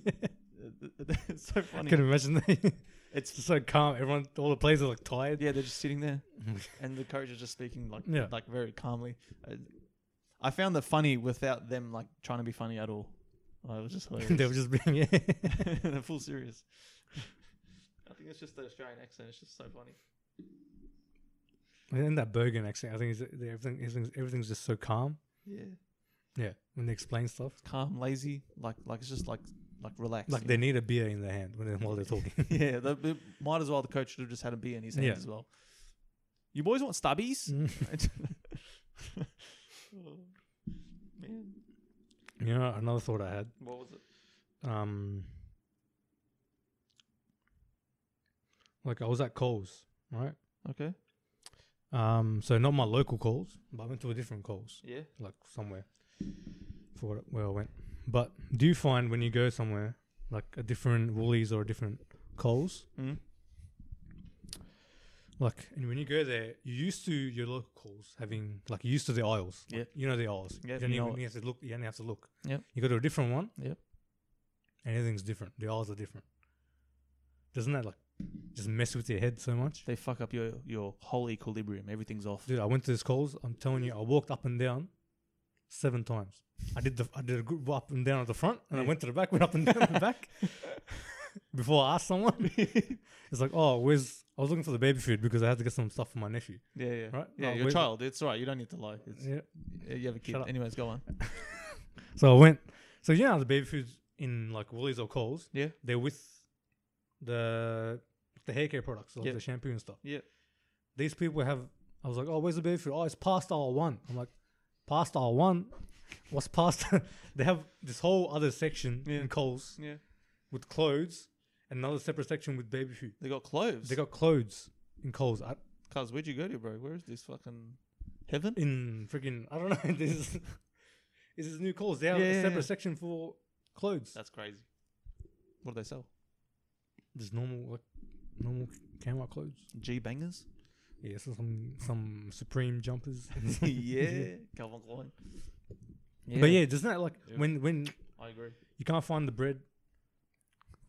it's so
I
funny.
can imagine that.
It's
It's so calm. Everyone, all the players are like tired.
yeah, they're just sitting there, and the coach is just speaking like
Yeah.
like very calmly. I, I found that funny without them like trying to be funny at all. I was just hilarious.
they were just being yeah.
they're full serious. I think it's just the Australian accent. It's just so funny.
And then that Bergen accent. I think is everything. Everything's, everything's just so calm.
Yeah,
Yeah, when they explain stuff,
calm, lazy, like like it's just like like relaxed.
like
you
they need a beer in their hand when they, while they're talking.
yeah, the, the, might as well the coach should have just had a beer in his hand
Yeah.
as well. You boys want stubbies?
Mm.
Oh, man,
you know, another thought I had.
what was it?
Um, like I was at Coles, right?
Okay.
Um, so not my local Coles, but I went to a different Coles.
Yeah.
like somewhere for what, where I went. But do you find when you go somewhere like a different Woolies or a different Coles,
Mm.
like and when you go there, you're used to your local Coles having like you're used to the aisles. Like,
Yep.
you know the aisles.
Yep,
you don't
you know
even have to look. You only have to look.
Yep.
You go to a different one.
Yep.
And everything's different. The aisles are different. Doesn't that like just mess with your head so much?
They fuck up your your whole equilibrium. Everything's off.
Dude, I went to this Coles. I'm telling you, I walked up and down seven times. I did the I did a good up and down at the front, and I
Yeah.
went to the back, went up and down the back. Before I asked someone, it's like, oh, where's? I was looking for the baby food because I had to get some stuff for my nephew.
Yeah, yeah.
Right?
Yeah,
Oh,
your
wait.
child. It's all right. You don't need to lie. It's,
Yeah.
You have a kid.
Shut up.
Anyways, go on.
So I went. So you know how the baby food's in like Woolies or Coles,
Yeah.
they're with the the hair care products, like
Yeah.
the shampoo and stuff.
Yeah.
These people have. I was like, oh, where's the baby food? Oh, it's past aisle one. I'm like, past aisle one. What's past? they have this whole other section
Yeah.
in Coles
Yeah.
with clothes, and another separate section with baby food.
They got clothes.
They got clothes in Coles. I,
Cuz where'd you go to, bro? Where is this fucking heaven?
in freaking I don't know. This is this is new calls. They have
Yeah,
a
yeah,
separate
yeah.
section for clothes.
That's crazy. What do they sell?
Just normal like normal Kmart clothes.
G bangers?
Yeah, so some some Supreme jumpers.
yeah. Calvin Klein.
But yeah, doesn't that like
Yeah.
when when
I agree.
you can't find the bread,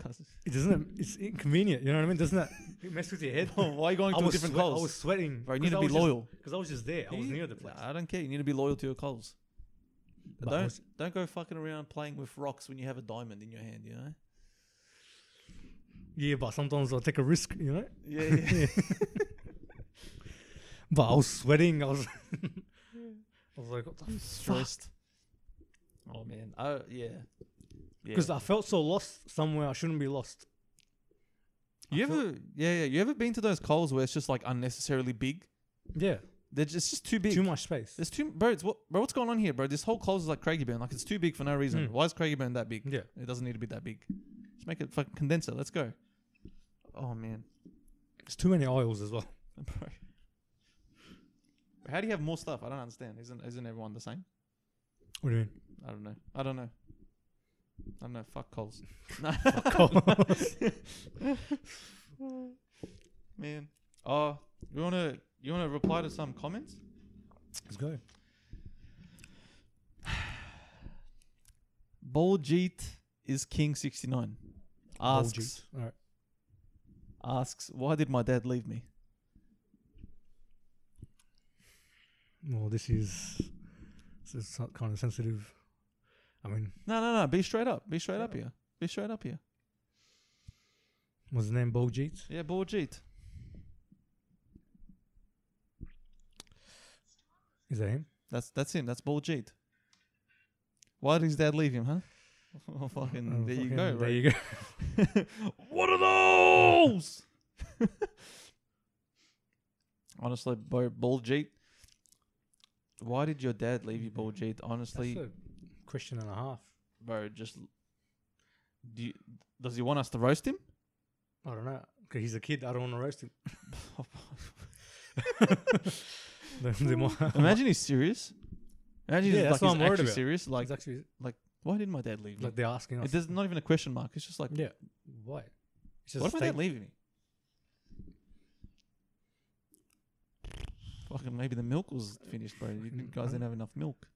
Cuz
it doesn't it, it's inconvenient. You know what I mean? Doesn't that it mess with your head?
why are you going
I
to a
was
different
sweat-
Coles?
I was sweating.
Bro, you need to be loyal.
because I was just there. I was near the place.
I don't care. You need to be loyal to your Coles.
But I
don't
was-
don't go fucking around playing with rocks when you have a diamond in your hand. You know.
yeah, but sometimes I take a risk. You know.
Yeah.
But I was sweating. I was. I was like, what the
Stressed. Oh man. Oh yeah. Yeah.
Because I felt so lost somewhere I shouldn't be lost.
you
I feel-
ever yeah yeah you ever been to those Coles where it's just like unnecessarily big?
Yeah,
They're just, it's just too big.
too much space.
There's too bro. It's what bro? What's going on here, bro? This whole Coles is like Craigieburn. Like it's too big for no reason.
Mm.
Why is Craigieburn that big?
Yeah,
It doesn't need to be that big. Just make it fucking condenser. Let's go. Oh man.
it's too many oils as well.
Bro. How do you have more stuff? I don't understand. Isn't isn't everyone the same?
What do you mean?
I don't know. I don't know. I don't know. Fuck Coles.
Oh.
Man. Oh, you wanna you wanna reply to some comments?
Let's go.
Boljeet is King sixty nine. Asks
All right.
asks why did my dad leave me?
Well, this is this is so- kind of sensitive. I mean,
No no no. Be straight up. Be straight
Straight
up
up.
here. Be straight up here.
was his name Boljit?
Yeah, Boljeet.
Is that him?
That's that's him. That's Boljeet. Why did his dad leave him, huh? Oh,
Oh,
fucking, there you
fucking-
go,
There
right?
you go.
what are those? Honestly, Bo Boljeet, why did your dad leave you, Boljeet? Honestly,
That's a question and a half.
bro, just do you, does he want us to roast him?
I don't know. 'Cause he's a kid. I don't want to roast him. The- the more-
Imagine he's serious. Imagine
Yeah,
he's,
that's
like
what
he's
I'm worried
actually
about.
serious. Like,
It's actually
why did my dad leave me?
like they're asking us.
It does not even a question mark. It's just like,
yeah. Why? It's just
why did my
state-
dad leave me? Fucking maybe the milk was finished, bro. You
Fucking
guys didn't have enough milk.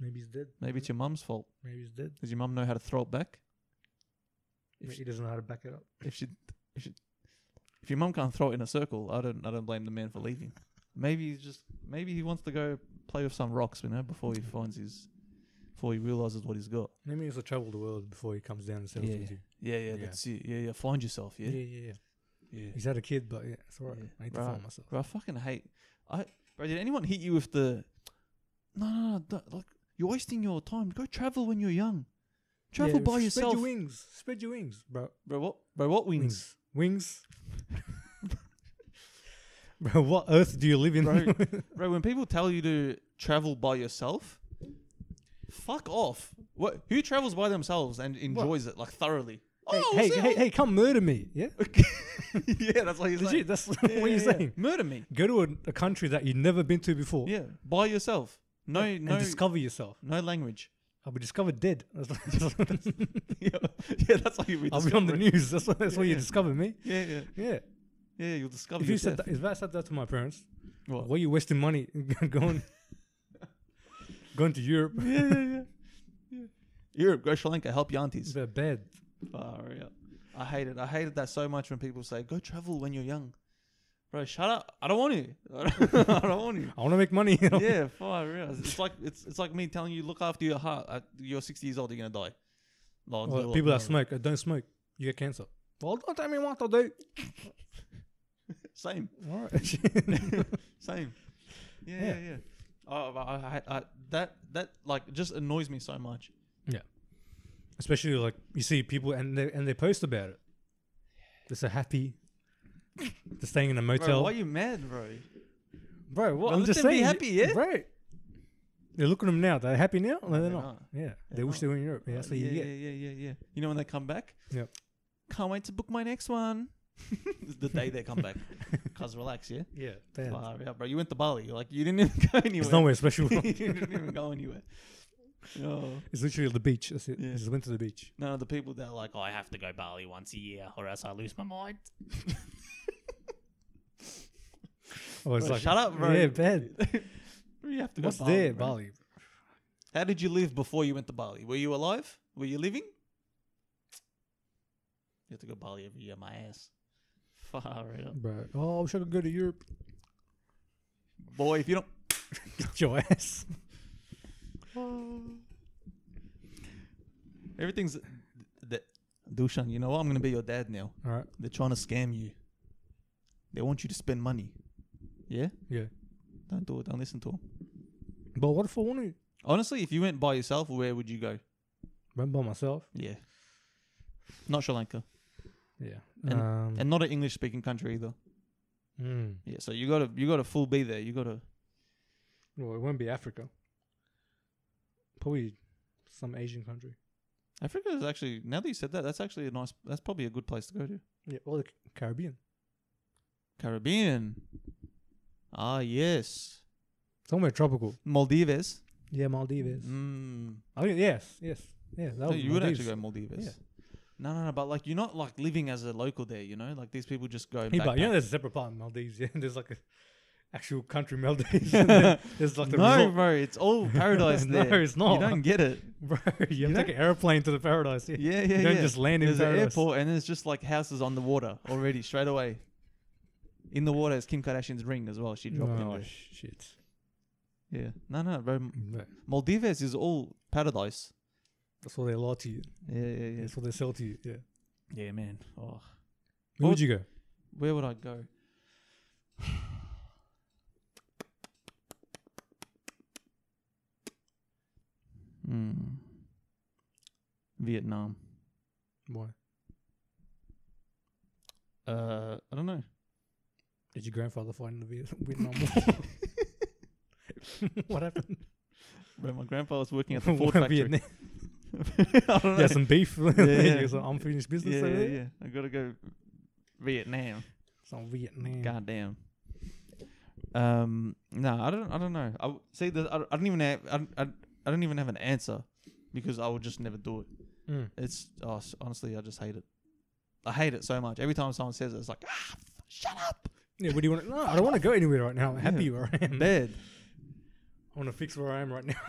Maybe he's dead.
Maybe it's your mum's fault.
Maybe he's dead.
Does your mum know how to throw it back? If
Maybe
she,
he doesn't know how to back it up.
if she, if she, if your mum can't throw it in a circle, I don't, I don't blame the man for leaving. Maybe he's just, maybe he wants to go play with some rocks, you know, before he finds his, before he realizes what he's got.
Maybe he's to travel the world before he comes down and settles with you.
Yeah, yeah,
Yeah.
that's it. Yeah, yeah, find yourself. Yeah,
yeah,
yeah.
yeah, He's had a kid, but yeah, it's alright.
Yeah.
I need
Right.
to find myself.
Bro, I fucking hate. I bro, did anyone hit you with the? No, no, no. Don't, like you're wasting your time. Go travel when you're young. Travel
Yeah,
by
spread
yourself,
your wings. Spread your wings, bro.
bro. What, bro? What wings?
Wings. bro, what earth do you live in?
Bro. Bro, when people tell you to travel by yourself, fuck off. What? Who travels by themselves and enjoys it like thoroughly? oh,
hey,
see,
hey, hey, hey, come murder me. Yeah?
yeah, that's what he's
Legit,
saying.
that's
Yeah,
what you're
yeah, yeah.
saying.
Murder me.
Go to a, a country that you've never been to before
Yeah, by yourself. No,
and
no,
discover yourself.
no language.
I'll be discovered dead. That's what-
yeah, yeah, that's what you read.
I'll be on the news. That's what, that's where you
Yeah.
discover me.
Yeah, yeah,
Yeah.
yeah. You'll discover.
If you
your
said
death.
that, if I said that to my parents,
What?
Why are you wasting money going going to Europe?
yeah, yeah, yeah. Yeah. Europe, go Sri Lanka, help your aunties.
They're bad.
Far out. I hate it. I hated that so much when people say, go travel when you're young. Bro, shut up. I don't want you. I don't, I don't want you.
I want to make money. You know?
Yeah, far out. It's like it's it's like me telling you look after your heart. At, you're 60 years old, you're gonna die. Like,
Or
like,
people
no.
that smoke, uh, don't smoke. You get cancer. Well, don't tell me what to do.
Same,
All right.
same. Yeah, yeah,
Yeah.
yeah. Oh, but I, I, I, that that like just annoys me so much.
Yeah. especially like you see people and they and they post about it. They're so happy. They're staying in a
Bro,
motel.
why are you mad, bro?
Bro, what?
Well,
I'm
let
just
them be
saying.
happy, yeah?
Bro. They're looking at them now. They're happy now? No, they're,
they're
not.
not.
Yeah. they
They're
wish
not.
they were in Europe. Yeah, that's what
Uh, yeah,
you
yeah,
get.
yeah, yeah, yeah. You know when they come back?
Yep.
Can't wait to book my next one. It's the day they come back. Cause relax, yeah.
Yeah.
Far out, bro. You went to Bali, like you didn't even go anywhere.
It's nowhere special.
you didn't even go anywhere. No,
it's literally the beach. That's it.
Yeah.
Just went to the beach.
none of the people that are like, oh, I have to go Bali once a year, or else I lose my mind.
Oh, it's
Bro,
like,
shut up, bro.
Yeah, bad.
you have to go
What's
Bali,
there,
bro.
Bali?
How did you live before you went to Bali? Were you alive? Were you living? You have to go Bali every year, my ass. Far out.
Bro. Oh, I wish I could go to Europe.
Boy, if you don't.
Get your ass.
Everything's. The, Dushan, you know what? I'm going to be your dad now.
All right.
They're trying to scam you. They want you to spend money. Yeah?
Yeah.
Don't do it. Don't listen to them.
But what if I want to?
Honestly, if you went by yourself, where would you go?
Went by myself.
Yeah. Not Sri Lanka.
Yeah.
And-
um,
And not an English speaking country either.
mm.
Yeah, so you gotta you gotta full be there. You gotta
Well, it won't be Africa. Probably some Asian country.
Africa is actually now that you said that, that's actually a nice that's probably a good place to go to.
Yeah, or the C- Caribbean.
Caribbean. Ah yes.
Somewhere tropical.
Maldives.
Yeah, Maldives.
Mm.
I think yes, yes, yeah. That
No,
would
you
be
would
Maldives.
actually go Maldives. No, no, no, but like you're not like living as a local there, you know? Like these people just go
Hey, but you know,
backpack.
there's a separate part in Maldives. Yeah, there's like a actual country Maldives. and then there's like the
No,
resort.
bro, it's all paradise
No,
there.
it's not.
You don't get it.
bro. You,
You
have to
don't-
take an airplane to the paradise. Yeah,
Yeah, yeah,
you don't
yeah.
just land in
There's an
paradise.
airport and there's just like houses on the water already straight away. In the water is Kim Kardashian's ring as well. She dropped in
No
there.
Oh, shit.
Yeah. No, no, bro.
But
Maldives is all paradise.
Mm, That's what they lie to you.
Yeah, yeah, yeah.
That's what they sell to you. Yeah.
Yeah, man. Oh.
Where
What-
would you go?
Where would I go? Hmm. Vietnam.
Why?
Uh, I don't know.
Did your grandfather fight in the Viet- Vietnam War? what happened?
Bro, my grandpa was working at the
War
Ford
in
factory.
Vietnam.
I don't know.
Yeah, some beef. Yeah,
yeah.
Some unfinished business. eh?"
yeah,
over
yeah,
there.
yeah. I gotta go Vietnam.
Some Vietnam.
Goddamn. Um, no, I don't. I don't know. I w- see. The, I, I don't even have. I, don't- I, I don't even have an answer because I would just never do it.
Mm.
It's oh, s- honestly, I just hate it. I hate it so much. Every time someone says it, it's like ah, f- shut up,
Yeah, what do you want? No, I don't want to go anywhere right now. I'm happy
Yeah.
where I am.
bed.
I want to fix where I am right now.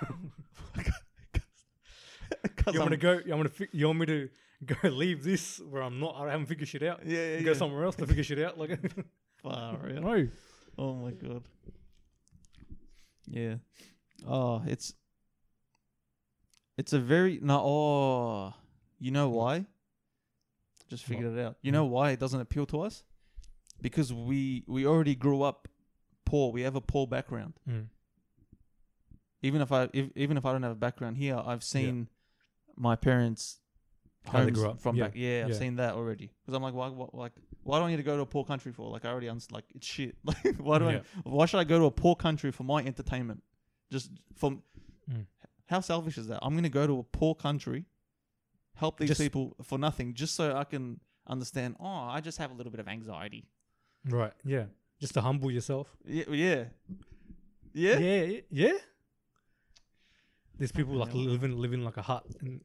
Cause
you want to
I'm-
go? You want to? Fi- you want me to go leave this where I'm not? I haven't figured shit out.
Yeah, yeah,
and
yeah.
Go somewhere else to figure shit out. Like,
Far out.
no.
Oh my god. Yeah. Oh, it's it's a very no oh you know why? Just
Mm. What? Mm.
figured it out. You know why it doesn't appeal to us? Because we we already grew up poor. We have a poor background.
Hmm.
Even if I if, even if I don't have a background here, I've seen my parents
How they
homes
grew up.
from
Yeah.
back. Yeah, I've
Yeah.
seen that already. Because I'm like, why, why, like, why do I need to go to a poor country for? Like, I already understand. Like, it's shit. Like, why do I?
Yeah.
Why should I go to a poor country for my entertainment? Just from
Mm.
how selfish is that? I'm gonna go to a poor country, help these
Just-
people for nothing, just so I can understand. Oh, I just have a little bit of anxiety.
Right. Yeah. Just to humble yourself.
Yeah, yeah, yeah.
Yeah. Yeah. yeah. There's people like
hell.
living living like a hut, and,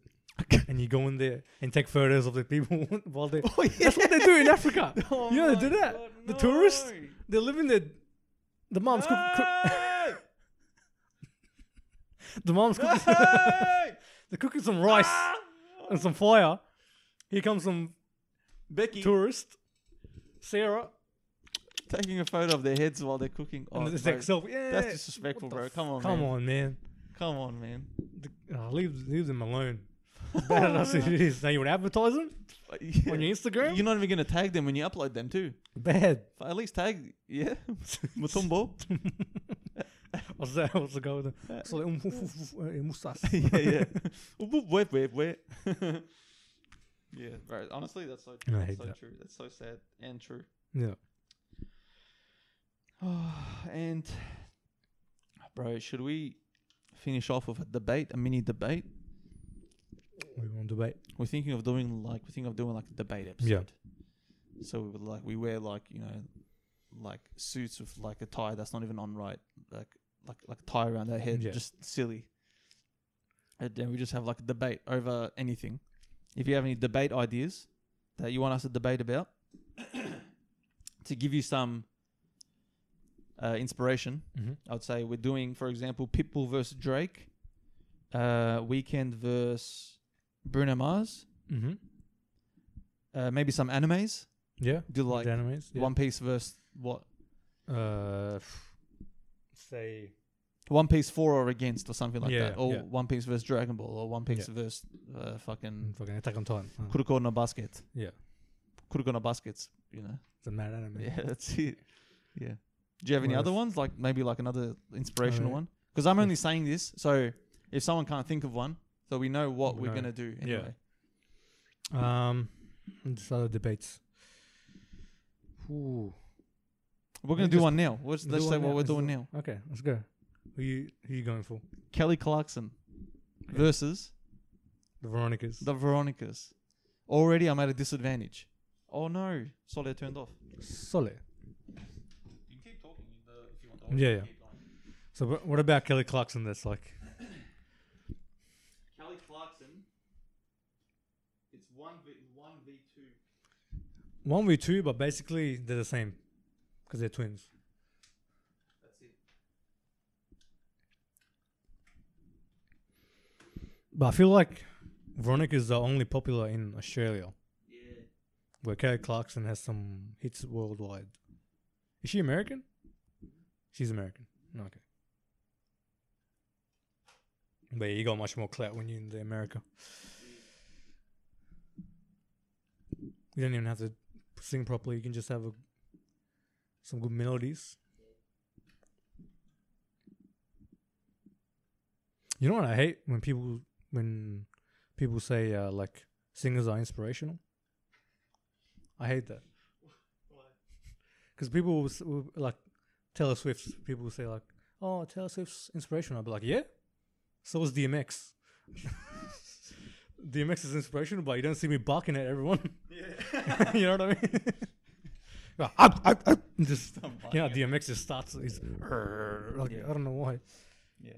and you go in there and take photos of the people while they.
Oh, yeah.
That's what they do in Africa.
Oh
you know they
my
do that.
God,
the tourists,
no.
they live in the. The moms cook,
Ah.
cook
Hey!
the moms cook,
Hey!
they're cooking some rice
Ah.
and some fire. Here comes some
Becky
tourist, Sarah,
taking a photo of their heads while they're cooking. Oh,
and it's
bro,
like selfie. Yeah,
that's disrespectful,
What the
bro.
f-
Come on,
come
man.
on, man.
Come on, man.
The- ah, leave leave them alone. As bad as it is. Now you want to advertise them
Yeah.
on your Instagram?
You're not even gonna tag them when you upload them too.
bad.
At least tag, yeah, Mutombo.
What's that? What's the guy with
Uh,
the so like, um, woof, woof, woof, uh, uh, mustache?
yeah, yeah. Whoop, whoop, whoop, whoop. yeah, bro. Honestly, that's so
I
true. That's
hate
so
that.
true. That's so sad and true.
Yeah.
and bro, should we finish off with a debate, a mini debate?
We want to debate.
We're thinking of doing like we're thinking of doing like a debate episode.
Yeah.
So we would like we wear like you know like suits with like a tie that's not even on right, like like like a tie around our head,
Yeah.
just silly. And then we just have like a debate over anything. If you have any debate ideas that you want us to debate about, to give you some uh, inspiration,
Mm-hmm.
I would say we're doing, for example, Pitbull versus Drake, uh, Weekend versus Bruno Mars,
Mm-hmm.
uh, maybe some animes.
Yeah.
Do like
the animes. Yeah.
One Piece versus what?
Uh, f- say
One Piece for or against or something like
Yeah,
that, or
yeah.
One Piece versus Dragon Ball, or One Piece
Yeah.
versus uh, fucking
mm, fucking Attack on Titan. Huh.
Kuroko no Basket.
Yeah.
Kuroko no Baskets. You know.
It's a mad anime.
Yeah, that's it. Yeah. Do you have any
What
other
if-
ones? Like maybe like another inspirational
yeah.
one? Because I'm
Yeah.
only saying this so if someone can't think of one, so we know what
We
we're
know.
gonna do
Yeah.
anyway.
Um, and just other debates. Ooh.
We're gonna
Maybe
do
just
one now. Let's,
do
let's say
one
what
now.
we're
Let's
doing
do-
now.
Okay, let's go. Who you who you going for?
Kelly Clarkson versus
The Veronicas.
the Veronicas. Already, I'm at a disadvantage. Oh no, Solia turned off.
Solid.
You can keep talking if you want.
to. Yeah, yeah. So wha- what about Kelly Clarkson? That's like
Kelly Clarkson. It's one v one v two.
one v two, but basically they're the same because they're twins.
That's it.
But I feel like Veronica's are only popular in Australia,
Yeah.
where Kelly Clarkson has some hits worldwide. Is she American? She's American. Okay. But you got much more clout when you're in the America. You don't even have to sing properly. You can just have a, some good melodies. You know what I hate when people when people say uh, like singers are inspirational. I hate that. Because people will, s- will, like Taylor Swift. People will say like, "Oh, Taylor Swift's inspirational." I'll be like, "Yeah." So was DMX. DMX is inspirational, but you don't see me barking at everyone.
Yeah.
you know what I mean? Like, "Ah, ah, ah," and just
I'm
you know,
buying it.
DMX just starts. He's like,
Yeah.
I don't know why.
Yeah.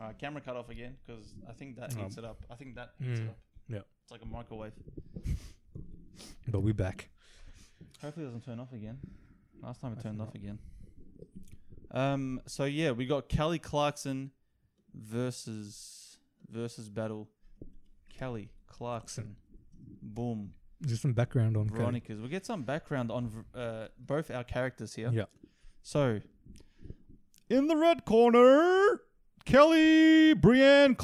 All right, camera cut off again because I think that
Oh.
heats it up. I think that heats it
Mm,
up.
yeah.
It's like a microwave.
But we back.
Hopefully, it doesn't turn off again. Last time it
I
turned
think
off again. Um. So yeah, we got Kelly Clarkson versus versus battle. Kelly Clarkson. Boom.
Just some background on Kelly.
Veronica's. We'll get some background on v- uh, both our characters here.
Yeah.
So, in the red corner, Kelly Brienne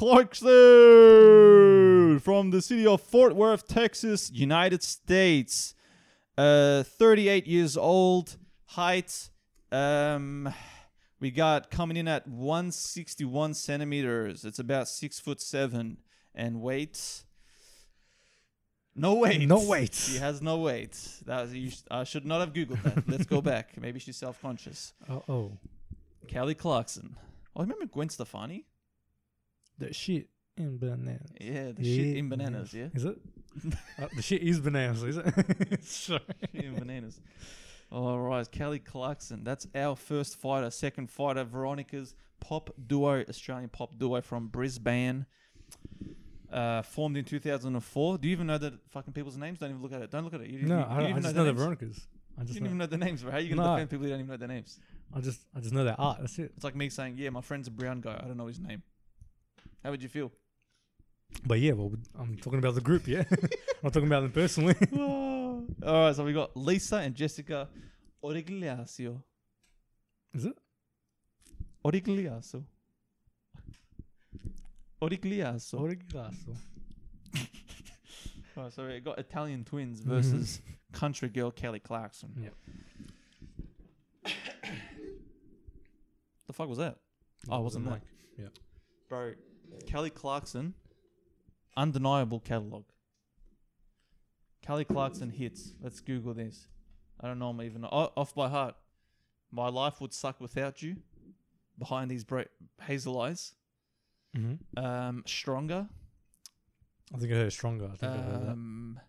Clarkson from the city of Fort Worth, Texas, United States. Uh, 38 years old, height. Um, we got coming in at 161 centimeters. It's about six foot seven, and weight. No weight.
No weight.
She has no weight. That was, you, sh- I should not have googled that. Let's go back. Maybe she's self conscious.
Uh oh.
Kelly Clarkson. Oh, remember Gwen Stefani?
The shit in banana.
Yeah, the shit in bananas. Yeah,
Is it? Uh, the shit is bananas, is it? Sorry.
shit in bananas. All right, Kelly Clarkson. That's our first fighter, second fighter. Veronica's pop duo, Australian pop duo from Brisbane. Uh, formed in 2004. Do you even know the fucking people's names? Don't even look at it. Don't look at it. You,
No,
you,
I,
you
I
even
just
their
know the
names?
Veronicas. I
You
just
don't
know.
even know the names, right? How you gonna
No.
defend people who don't even know their names?
I just I just know their art. That's it.
It's like me saying, "Yeah, my friend's a brown guy. I don't know his name." How would you feel?
But yeah, well, I'm talking about the group. Yeah, I'm talking about them personally.
All right, so we got Lisa and Jessica Origliacio.
Is it?
Origliacio. Origliacio.
Origasso.
Oh, so we got Italian twins versus country girl Kelly Clarkson.
Yep.
the fuck was that? Oh, it wasn't Mike.
Yeah.
Bro, Kelly Clarkson, undeniable catalog. Kelly Clarkson hits. Let's Google this. I don't normally even know. Oh, off by heart. My life would suck without you. Behind these bra- hazel eyes.
Mm-hmm.
Um, stronger.
I think I heard stronger. I think I heard that.
Um,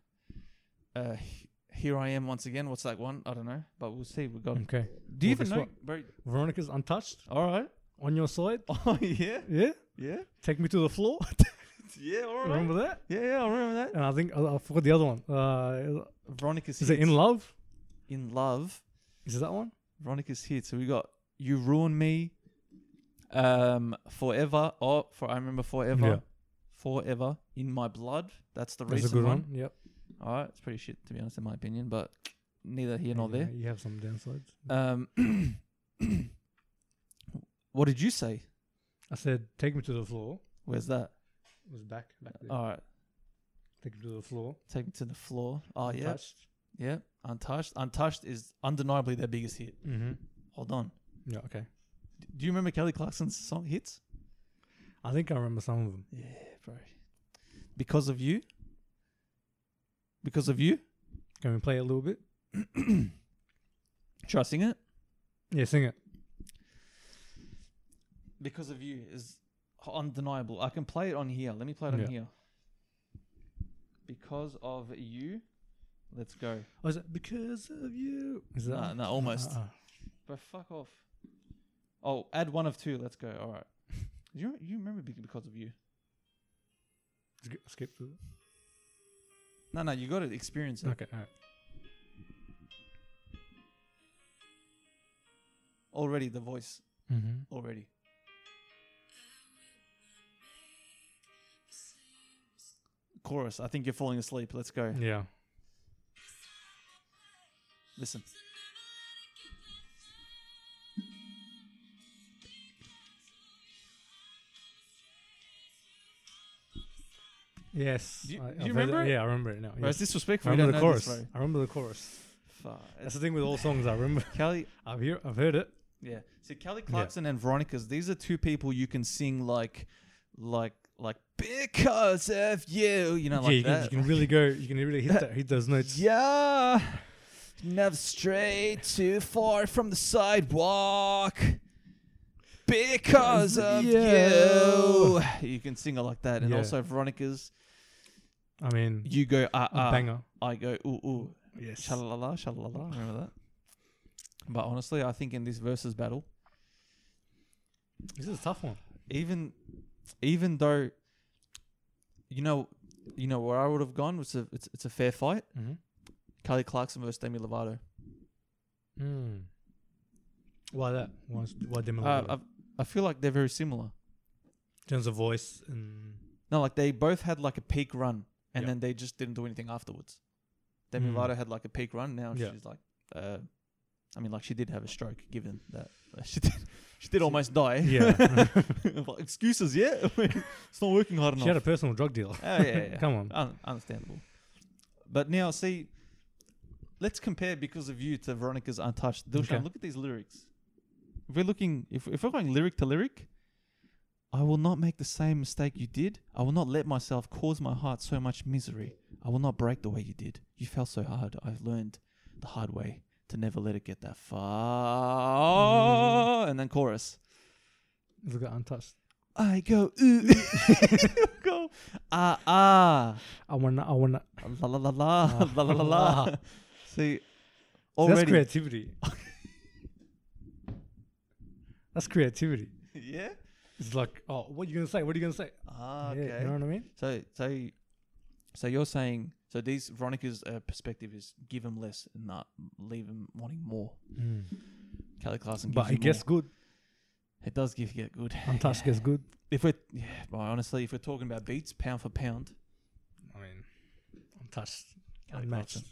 uh, H- here I am once again. What's that one? I don't know, but we'll see. We got.
Okay.
Do you even
Well, guess
know,
what?
bro?
Veronica's untouched
All right.
on your side.
Oh yeah,
Yeah.
yeah,
Take me to the floor.
yeah. All right.
Remember that?
Yeah, yeah. I remember that.
And I think I, I forgot the other one. Uh,
Veronica's
is
hits.
it in love?
in love.
Is it that one?
Veronica's hits. So we got you ruin me. Um, forever. Oh, for I remember forever.
Yeah.
Forever in my blood. That's the
That's a
recent
good
one.
one. Yep.
All right, it's pretty shit to be honest, in my opinion. But neither here nor there.
You have some downsides.
Um, what did you say?
I said, take me to the floor.
Where's that?
It was back. back there.
All right,
take me to the floor.
take me to the floor. Oh yeah,
Touched.
yeah. Untouched. Untouched is undeniably their biggest hit.
Mm-hmm.
Hold on.
Yeah. Okay.
D- Do you remember Kelly Clarkson's song hits?
I think I remember some of them.
Yeah, bro. Because of you. Because of you.
Can we play a little bit?
Try sing it.
Yeah. Sing it.
Because of you is undeniable. I can play it on here. Let me play it on
Yeah.
here. Because of you. Let's go.
Oh, is it because of you? Is that
Nah,
one?
nah, almost.
Uh-uh.
But fuck off. Oh, add one of two. Let's go. All right. You you remember Be- because of you?
Sk- Skip to it.
No, no. You got to experience it.
Okay. All right.
Already the voice.
Mm-hmm.
Already. Chorus. I think you're falling asleep. Let's go.
Yeah.
Listen.
Yes.
Do you- do
I- I've
you
heard
remember
That.
it?
Yeah, I remember it now.
Bro, it's
yes. I
disrespectful.
remember the
you don't know this,
chorus. I remember the chorus.
bro. Fuck.
That's the thing with all songs. I remember.
Kelly.
I've hear. I've heard it.
Yeah. See, Kelly Clarkson and Veronica's. These are two people you can sing like, like, like because of you. You know, like
yeah, you can,
that.
you can really go. You can really hit that. Hit those notes.
Yeah. Never strayed too far from the sidewalk because of
Yeah.
you. You can sing it like that. And
Yeah.
also Veronica's,
I mean,
you go ah
a
ah,
banger.
I go ooh ooh,
Yes.
shalala shalala. Remember that? But honestly, I think in this versus battle,
This is a tough one.
even even though you know you know where I would have gone, it's a it's, it's a fair fight.
Mm-hmm.
Kelly Clarkson versus Demi Lovato.
Mm. Why that? Why, is- why Demi
Uh,
Lovato?
I I feel like they're very similar.
in terms of voice and
No, like they both had like a peak run, and
Yeah.
then they just didn't do anything afterwards. Demi
Mm.
Lovato had like a peak run. Now
Yeah.
she's like, uh, I mean, like she did have a stroke, given that uh, she did, she did almost die.
yeah,
Like, excuses, yeah. it's not working hard
she had a
enough.
personal drug deal.
oh yeah, yeah.
Come on.
Un- understandable. But now, see, let's compare because of you to Veronica's Untouched. Dilshan,
Okay.
look at these lyrics. If we're looking, if, if we're going lyric to lyric, I will not make the same mistake you did. I will not let myself cause my heart so much misery. I will not break the way you did. You fell so hard. I've learned the hard way to never let it get that far. And then chorus.
Look at untouched.
I go ooh, go ah ah.
I wanna, I wanna.
La la la la la la la la. See, already.
Ah. That's creativity. That's creativity.
Yeah.
It's like, oh, what are you gonna say? What are you gonna say?
Ah,
Yeah,
okay.
you know what I mean?
So so so you're saying so these Veronica's uh, perspective is give him less and not leave him wanting more. Kelly Clarkson gives
But
Mm. you
it gets
more.
good.
it does give get good.
Untouched gets good.
If we're yeah, well, honestly, if we're talking about beats pound for pound,
I mean, untouched,
Kelly
unmatched,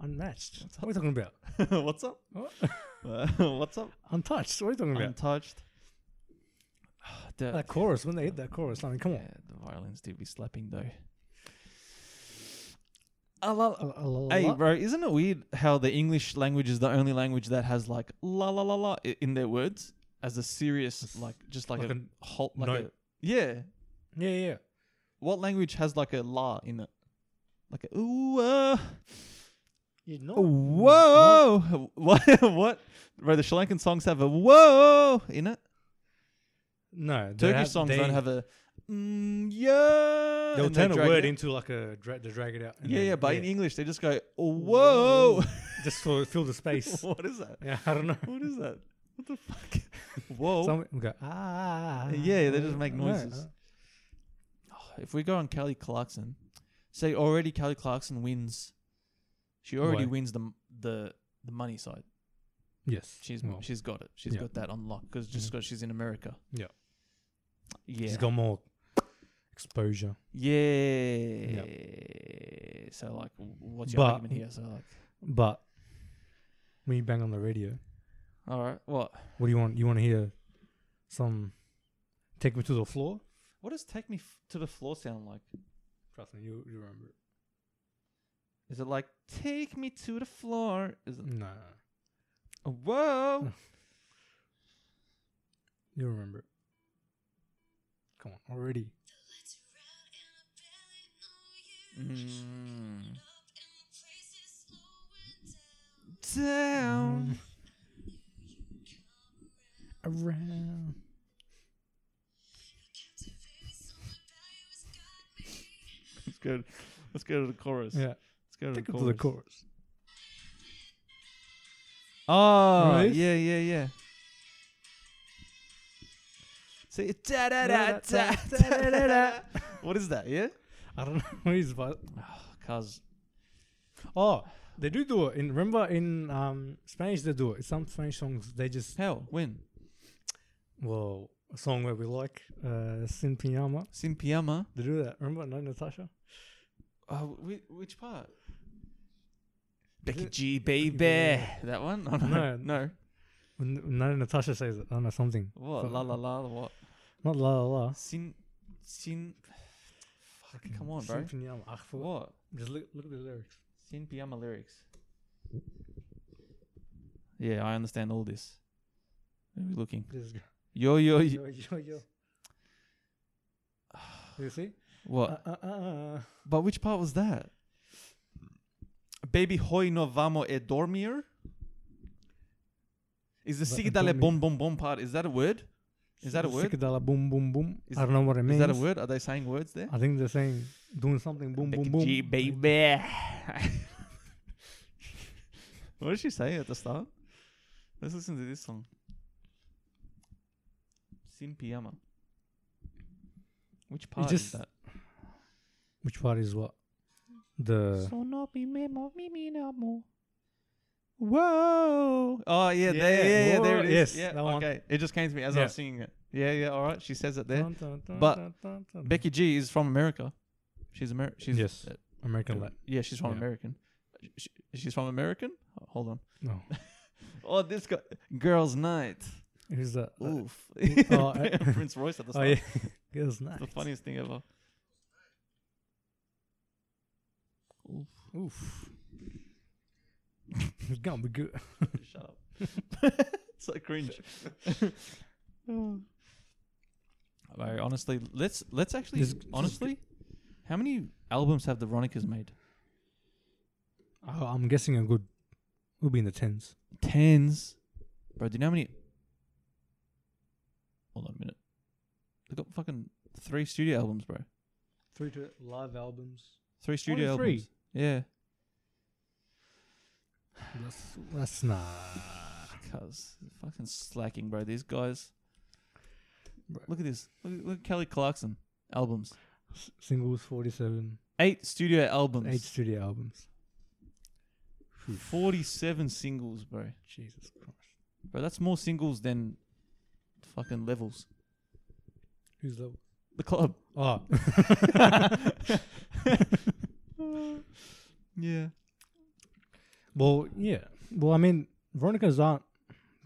unmatched. What are we talking about?
Clarkson. what's up?
What?
Uh, what's up?
Untouched. What are you talking about?
Untouched. The-
That chorus. When they hit that chorus, I mean, come on.
yeah, the violins do be slapping though. Ah, I love,
A- a la-
Hey,
la-
bro, isn't it weird how the English language is the only language that has like la la la la i- in their words, as a serious
As-
like just like,
like
a,
an-
halt like
note.
a yeah.
Yeah, yeah.
What language has like a la in it? Like a ooh uh,
You know.
whoa what what? Right, the Sri Lankan songs have a whoa in it.
No, they
Turkish
have-
songs
they,
don't have a mm, yeah.
They'll
and they
turn a
drag
word
it.
into like a dra- they drag it out. and
Yeah,
then-
yeah, but in English they just go whoa.
just to fill the space.
what is that?
yeah, I don't know.
What is that? What the fuck? whoa.
Some we go ah.
Oh. Yeah, they just make
I don't know.
noises. if we go on Kelly Clarkson, say already Kelly Clarkson wins. She already
Why?
wins the the the money side.
Yes,
She's
well,
she's got it. She's
yeah.
got that on lock because just
Mhm.
because she's in America.
Yeah.
Yeah.
she's got more exposure.
yeah. So like, w- what's your
But-
argument here? So like,
But when you bang on the radio,
all right, what?
what do you want? You want to hear some "Take Me to the Floor"?
What does "Take Me F- to the Floor" sound like?
Trust me, you you remember. It.
Is it like "Take Me to the Floor"? Is it
No,
whoa?
you remember. It. Come on, already.
Mm. Down.
Around.
Let's go. Let's go to the chorus.
Yeah.
Let's go to
Take
the
it
chorus.
to the chorus.
Oh,
Right?
yeah, yeah, yeah. See, da da da da da da da. What is that? Yeah.
I don't know what he's about.
Cause
Oh, they do do it. In remember in um Spanish they do it. Some Spanish songs they just
hell, when
well a song where we like uh Sin Pijama.
sin pijama.
They do that. Remember no Natasha?
Uh, whi- which part?
Is
Becky
it-
G, baby.
Baby.
That one? Oh, no,
No.
no.
When no Natasha says it. I don't know something.
What? La la la. What?
Not la la la.
Sin, sin. Fuck, come on, bro.
Sin Pijama. Ach, for
What?
Just look look at the lyrics.
Sin piyama lyrics. Yeah, I understand all this. Where are we looking?
Just go.
Yo, yo, yo.
Yo yo yo. You see?
What?
Uh, uh, uh, uh.
but which part was that? Baby, hoy no vamos a dormir? Is the
Va-
sigdale
uh, dormir.
bom bom bom part, is that a word? Is that a word?
Sikadala boom boom boom.
Is-
I don't know what it
Is
means.
that a word? Are they saying words there?
I think they're saying doing something boom
Becky
boom boom.
G, baby. what did she say at the start? Let's listen to this song. Sin piyama. Which part is
just-
that?
Which part is what? The
Sono mi memo mi mi namo. Whoa! Oh yeah, there, yeah,
Yeah,
yeah, there it
whoa,
is.
yes,
yeah,
that one.
okay. It just came to me as I
Yeah.
was singing it. Yeah, yeah. All right, she says it there.
Dun, dun, dun,
But
dun, dun, dun.
Becky G is from America. She's Amer. She's
Yes.
uh,
American Lat.
yeah, she's from
Yeah.
American. Sh- she's from American. Oh, Hold on.
No,
Oh, this guy, girls' night.
who's that? Uh,
Oof.
oh, uh,
Prince Royce at the
oh
start.
yeah, it was nice.
The funniest thing ever. Oof.
Oof. it's gonna be good.
Shut up. so cringe.
Mm.
Like, honestly, let's let's actually
This- this is
honestly, how many albums have the Ronicas made?
Oh, I'm guessing a good. We'll be in the tens.
Tens, bro. Do you know how many? Hold on a minute. They got fucking three studio albums, bro.
Three to live albums.
Three studio
Only
albums.
three?
Yeah,
That's that's nah.
cuz fucking slacking, bro. These guys.
Bro.
Look at this. Look, at- look at Kelly Clarkson albums.
S- singles forty-seven,
Eight studio albums.
eight studio albums. Oof.
47 singles, bro.
Jesus Christ.
Bro, that's more singles than fucking levels.
Who's that?
The club.
Oh,
yeah.
well, yeah. Well, I mean, Veronica's aren't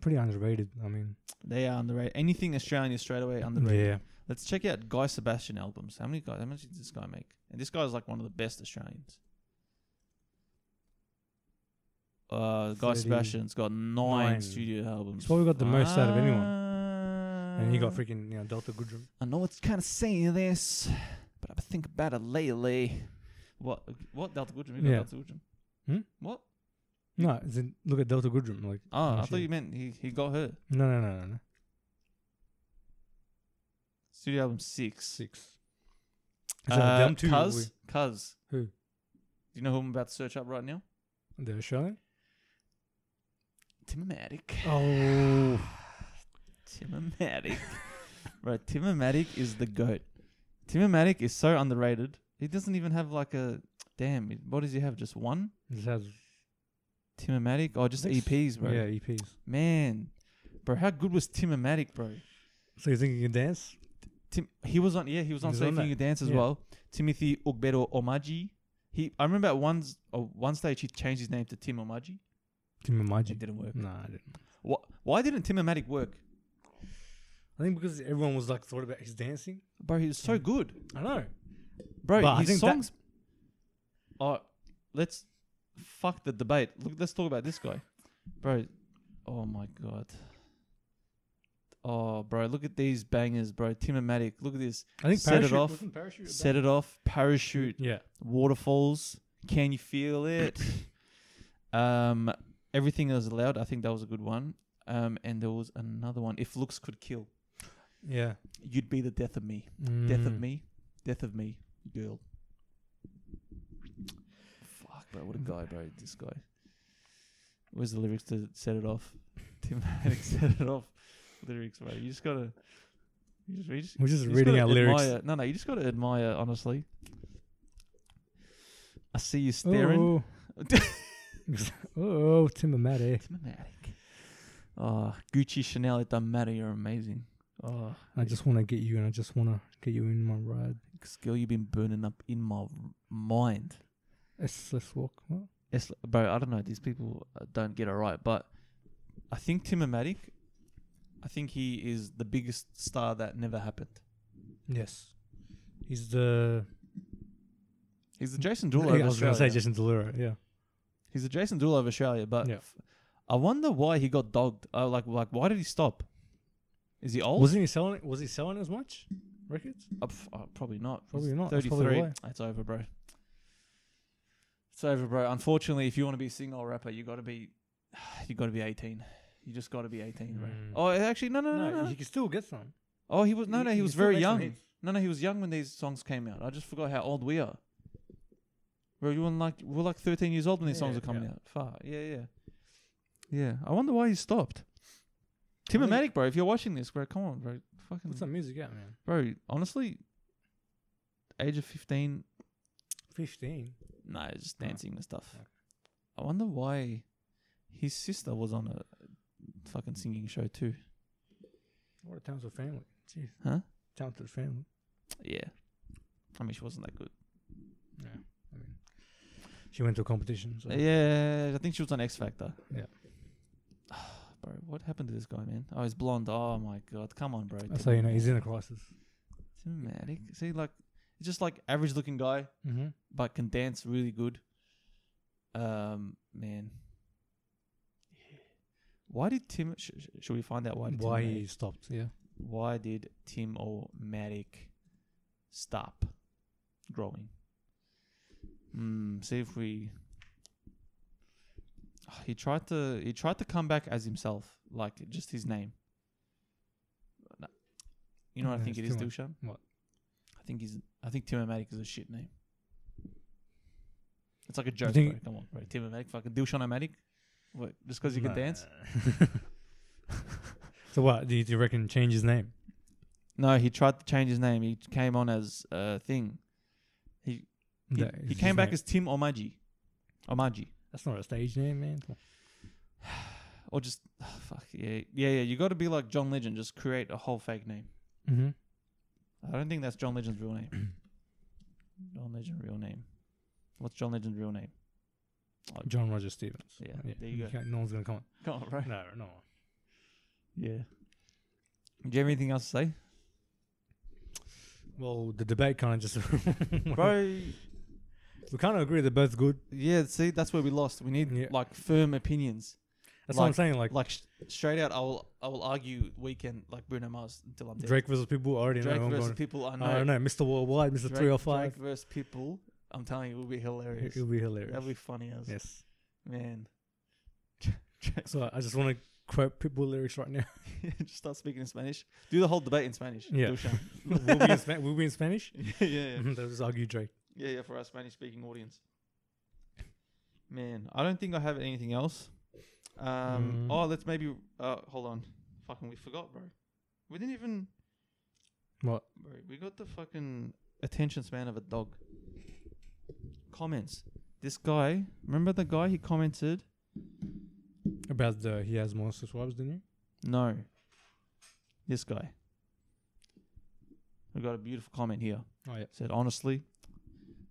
pretty underrated. I mean,
They are underrated. Anything Australian is straight away underrated.
yeah.
Let's check out Guy Sebastian albums. How many guys? How much did this guy make? And this guy is like one of the best Australians. Uh, Guy
Thirty-
Sebastian's got nine,
nine.
Uh, studio albums.
He's probably got the most out of anyone. and he got freaking you know Delta Goodrum.
Uh, I know it's kind of saying this, but I've been thinking about it lately. What? What? Delta Goodrum? You got
Yeah.
Delta Goodrum?
Hmm?
What?
No, it's in, look at Delta Goodrum. Like
Oh, I
shit.
thought you meant he, he got her.
no, no, no, no, no.
Studio album six.
Six. So
Uh,
them two.
Cuz? Cuz.
Who?
Do you know who I'm about to search up right now?
we- The Australian.
Timatic.
Oh.
Timatic. Bro, Timatic is the goat. Timatic is so underrated. He doesn't even have like a damn. What does he have? Just one
This has
Timatic? Oh, just
Six.
EPs, bro.
yeah E EPs.
Man, bro, how good was Timatic, bro?
So you think you can dance?
Tim, he was on. Yeah, he was on
He was on
Saving
that.
Your Dance as
Yeah.
well. Timothy Ugbero Omaji. He, I remember at one, uh, one stage he changed his name to Tim Omaji. It
Timamaji.
didn't work.
Nah, I didn't.
Wha why didn't Timatic work?
I think because everyone was like thought about his dancing.
Bro, he was so
Yeah.
good.
I know.
Bro,
Mm. But I
his
think that-
songs. oh, let's fuck the debate. Look, let's talk about this guy, bro. Oh my god. Oh, bro, look at these bangers, bro. Timatic, look at this.
I think
Set it
parachute,
off.
wasn't parachute a
Set it off. Parachute.
band? Yeah.
Waterfalls. Can you feel it? um, everything is allowed. I think that was a good one. Um, and there was another one. If looks could kill,
Yeah.
you'd be the death of me. Death of
Mm.
Me, Death of Me, Girl. Fuck, bro, what a guy, bro, this guy. Where's the lyrics to set it off? Tim Maddox set it off. Lyrics, bro. You just gotta. You just, you just,
We're just
you just
reading
gotta
out lyrics.
admire- No, no, you just gotta admire, honestly. I see you staring.
Oh, oh Timamati.
Tim Maddox. Oh, Gucci, Chanel, it doesn't matter. You're amazing. Oh,
I just want to get you, and I just want to get you in my ride.
cause girl, you've been burning up in my r- mind.
Let's let's walk. What?
it's l- bro. I don't know. These people uh, don't get it right, but I think Timatic, I think he is the biggest star that never happened.
Yes. He's the.
He's the Jason
Yeah,
Derulo of
I was gonna
Australia.
say Jason Delulo. Yeah.
He's the Jason Derulo of Australia, but
Yeah.
I wonder why he got dogged. Uh, like, like why did he stop? Is he old?
Wasn't he selling? Was he selling as much records?
Uh, pff, uh, probably not.
Probably
He's
not. That's probably
33.
why.
It's over, bro. It's over, bro. Unfortunately, if you want to be a single rapper, you got to be, you got to be 18. You just got to be 18, bro.
Mm.
Oh, actually, no, no, no, no.
he can still get some.
Oh, he was no, no. He,
can
was
still
very
make some
young.
hits.
No, no, he was young when these songs came out. I just forgot how old we are. Bro, you were like we we're like thirteen years old when these songs
Yeah,
were coming
yeah.
out. Far, yeah, yeah, yeah. I wonder why he stopped.
I think-
Timatic, bro. If you're watching this, bro, come on, bro. Fucking,
What's that music at, man?
bro. Honestly, age of fifteen,
Fifteen.
no, it's just
No.
dancing and stuff.
Okay.
I wonder why his sister was on a fucking singing show too.
What a talented family. Jeez.
Huh?
Talented family.
Yeah, I mean she wasn't that good.
Yeah. I mean, she went to a competition. So.
Yeah, I think she was on X Factor.
Yeah.
bro, what happened to this guy, man? Oh, he's blonde. Oh my god, come on, bro.
That's how you know he's in a crisis.
Dramatic. See, like, he's just like average-looking guy,
Mm-hmm.
but can dance really good. Um, man. Why did Tim? Sh- sh- should we find out why? Did
Why
Tim
he
Maddox-
stopped? Yeah.
why did Tim or Matic stop growing? Hmm. see if we. He tried to he tried to come back as himself, like just his name. No. You know what I
Yeah,
think it
it's
is,
too
Dushan?
What?
I think he's I think Tim Matic is a shit name. It's like a joke,
think-
bro. Come on, bro. Tim Matic, fucking Dushan Matic. What? Just because you can
Nah.
dance?
so what? Do you, do you reckon change his name?
No, he tried to change his name. He came on as a thing. He,
That is
he
his
came back
name.
as Tim Omaji. Omaji.
That's not a stage name, man. Come on.
Or just fuck yeah. Yeah, yeah. You gotta be like John Legend, just create a whole fake name.
Mm-hmm.
I don't think that's John Legend's real name. John Legend real name. What's John Legend's real name?
John Roger Stevens.
Yeah, there you go.
can't- No one's gonna come.
Come on, bro.
No, no. one.
Yeah. Do you have anything else to say?
Well, the debate kind of just.
Bro
we kind of agree they're both good.
Yeah, see, that's where we lost. We need
Yeah.
like firm opinions.
That's what I'm saying. Like,
Like sh- straight out, I will I will argue weekend like Bruno Mars until I'm dead.
Drake versus people, I already
Drake
know. who I'm
versus
going-
people I know.
I don't know. Mr. Worldwide, Mr.
Drake,
Three or Five.
Drake versus people. I'm telling you, it will be hilarious.
It'll be hilarious.
That'll be funny as
Yes.
man.
So I just want to quote people lyrics right now.
Just start speaking in Spanish. Do the whole debate in Spanish.
Yeah. Mm-hmm.
Dilshan.
we'll, be in Spa- we'll be in Spanish.
yeah, yeah, yeah,
They'll just argue Drake.
yeah, yeah. For our Spanish-speaking audience, man, I don't think I have anything else. Um,
Mm.
Oh, let's maybe. Uh, hold on. Fucking, we forgot, bro. We didn't even.
What?
Bro, we got the fucking attention span of a dog. Comments. This guy, remember the guy he commented?
About the he has more subscribers than you?
No. This guy. We got a beautiful comment here.
Oh, yeah.
Said, honestly,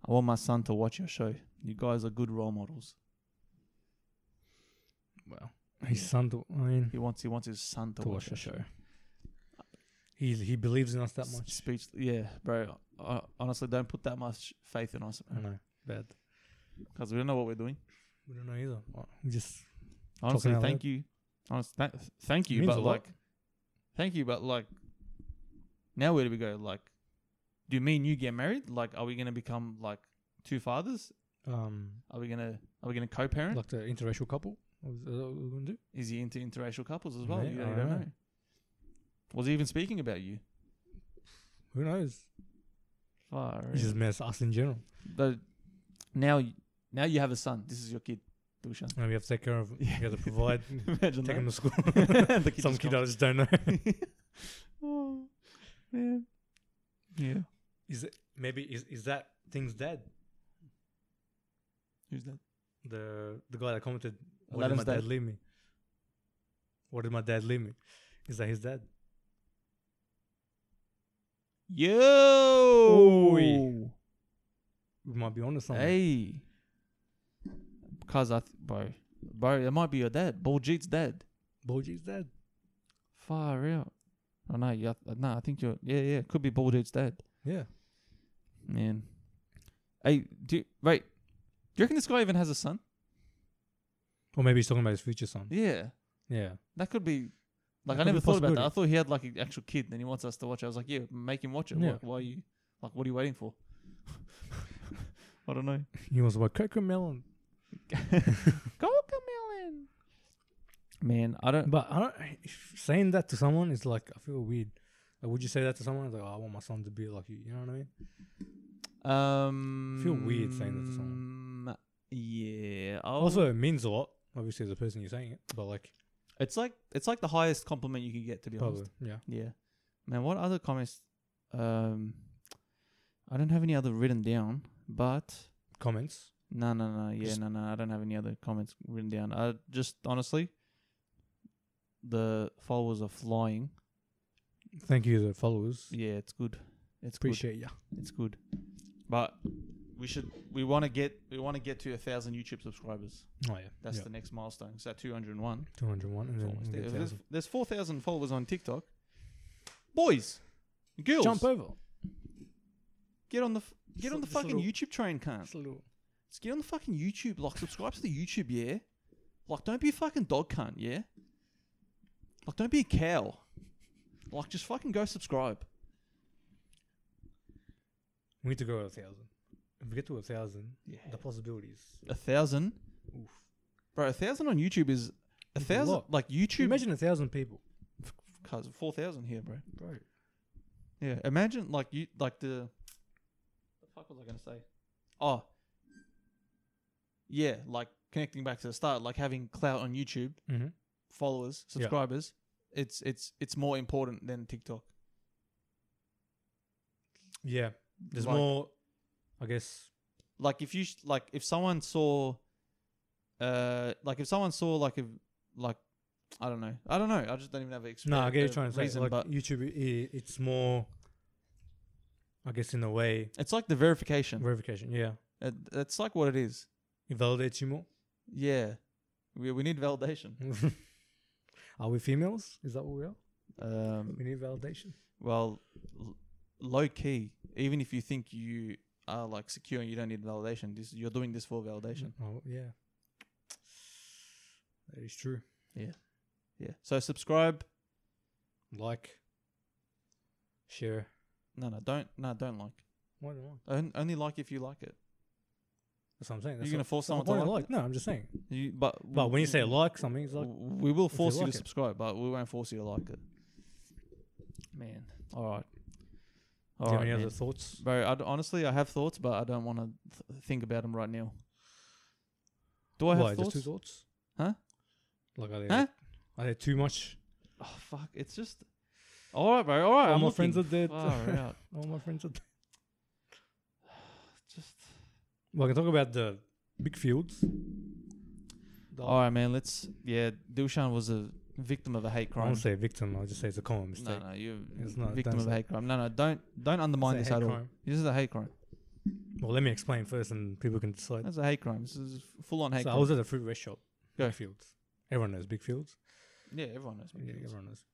I want my son to watch your show. You guys are good role models.
Well, his son, to, I mean,
He wants he wants his son to,
to
watch
watch
the
our
show.
show. He, he believes in us that much.
Speech. Yeah, bro. I, honestly, don't put that much faith in us
I know. Bad. Mm.
because we don't know what we're doing.
We don't know either. Well, we just
Honestly,
out
thank
loud.
you. Honest, tha- thank you,
Means
but
a lot.
like, thank you, but like, now where do we go? Like, do me and you get married? Like, are we gonna become like two fathers?
um
Are we gonna are we gonna co-parent?
like the interracial couple. Is that what we're gonna do?
Is he into interracial couples as well?
Mate,
you
I
don't, you
don't
don't know.
know.
Was he even speaking about you?
Who knows?
Far.
He just mess us in general.
But now, y- now you have a son. This is your kid, Dushan.
And we have to take care of. We have to provide.
Imagine
take him
that.
to school.
The kid
Some
just
kid I
comes.
just don't know.
Oh, man. Yeah.
Is it maybe is is that thing's dad?
Who's that?
The the guy that commented, "Why did
Aladdin's
my dad,
dad.
leave me? Why did my dad leave me?" Is that his dad?
Yo.
Oi. We might be onto something.
Hey. Cause I, th- bro, bro, it might be your dad. Baljeet's dad.
Boji's dad.
Far out. Oh no, yeah, no, I think you're. Yeah, yeah, could be Baljeet's dad.
Yeah.
Man. Hey, do you, wait. Do you reckon this guy even has a son?
Or maybe he's talking about his future son.
Yeah,
Yeah.
that could be. Like
That
I
could be
never
a
thought about that. I
possibility.
thought he had like an actual kid, and he wants us to watch. it. I was like, yeah, make him watch it.
Yeah.
Why, why are you? Like, what are you waiting for? I don't know.
He was about Coco Melon.
Cocomelon. Man, I don't.
But I don't, if saying that to someone is like I feel weird. Like, would you say that to someone? It's like, oh, I want my son to be like you. You know what I mean?
Um,
weird saying that to
someone. Yeah. I'll-
Also, it means a lot, obviously, as a person you're saying it. But like,
it's like it's like the highest compliment you can get, to be
probably,
honest.
yeah.
Yeah. Man, what other comments? Um, I don't have any other written down, but
Comments.
no, no, no. Yeah,
Just-
no, no. I don't have any other comments written down. I just honestly, the followers are flying.
Thank you, to the followers.
Yeah, it's good. It's good.
Appreciate ya.
It's good. But we should we want to get we want to get to a thousand YouTube subscribers.
Oh yeah,
That's the next milestone. It's at 201.
two hundred one, and
It's
then
almost
we'll
there.
get
If There's,
1000.
there's 4,000 followers on TikTok. Boys, girls,
jump over.
get on the f- get
Just
on
a-
the
just a
fucking
little-
YouTube train, can't?
Just a little.
Let's get on the fucking YouTube. Like, subscribe to the YouTube, yeah. Like, don't be a fucking dog cunt, yeah. Like, don't be a cow. Like, just fucking go subscribe.
We need to go to a thousand. If we get to a thousand,
Yeah.
the possibilities.
A thousand,
Oof.
bro. A thousand on YouTube is a
It's a
thousand.
lot.
like YouTube,
Imagine a thousand people,
cause four thousand here, bro.
bro.
Yeah, imagine like you like the. The fuck was I gonna say? Oh. Yeah, like connecting back to the start, like having clout on YouTube,
Mm-hmm.
followers,
Yeah.
subscribers. It's it's it's more important than TikTok.
Yeah, there's
Like-
more. I guess.
Like if you sh- like if someone saw, uh, like if someone saw like if like. I don't know. I don't know. I just don't even have an exp-
No, I
a
get what you're trying to say.
reason,
Like
but
YouTube, i it's more. I guess in a way,
it's like the verification.
verification. Yeah,
it, it's like what it is.
it validates you more.
Yeah, we we need validation.
are we females? Is that what we are?
Um,
We need validation.
Well, l- low key, even if you think you are like secure and you don't need validation, this you're doing this for validation.
Oh yeah, Oh, that is true.
Yeah. So subscribe.
Like, share.
No, no, don't. No, don't like.
Why not?
On- Only like if you like it.
That's what I'm saying.
You're
That's
gonna
what-
force
that's
someone
the
to
point of
like
like. No, I'm just saying.
You, but
But when you say like something, it's like
W- we will
you
force you,
like
to
it.
subscribe, but we won't force you to like it. Man, all right,
Do
all
you have
right,
any
man.
other thoughts?
bro. I d- honestly, I have thoughts, but I don't want to th- think about them right now. Do I have
Why,
thoughts?
Just two thoughts?
Huh?
Like are they?
Huh?
Are they too much?
Oh fuck! It's just all right, bro. All right,
All
I'm
my
looking.
friends are dead.
Far out.
All my friends are. Dead.
Just
Well, I can talk about the big fields. The-
all right, man. Let's yeah. Dushan was a victim of a hate
I
crime.
won't say victim. I'll just say it's a common mistake.
No, no, you're
It's not-
victim
don't
of a
say-
hate crime. No, no, don't don't undermine
It's
this
a
at
hate
all.
crime.
This is a hate crime.
Well, let me explain first, and people can decide.
That's a hate crime. This is full on hate
so I
crime.
was at a fruit rest shop.
Go.
Big fields. Everyone knows big fields.
yeah, everyone knows.
Yeah,
McDonald's.
everyone knows.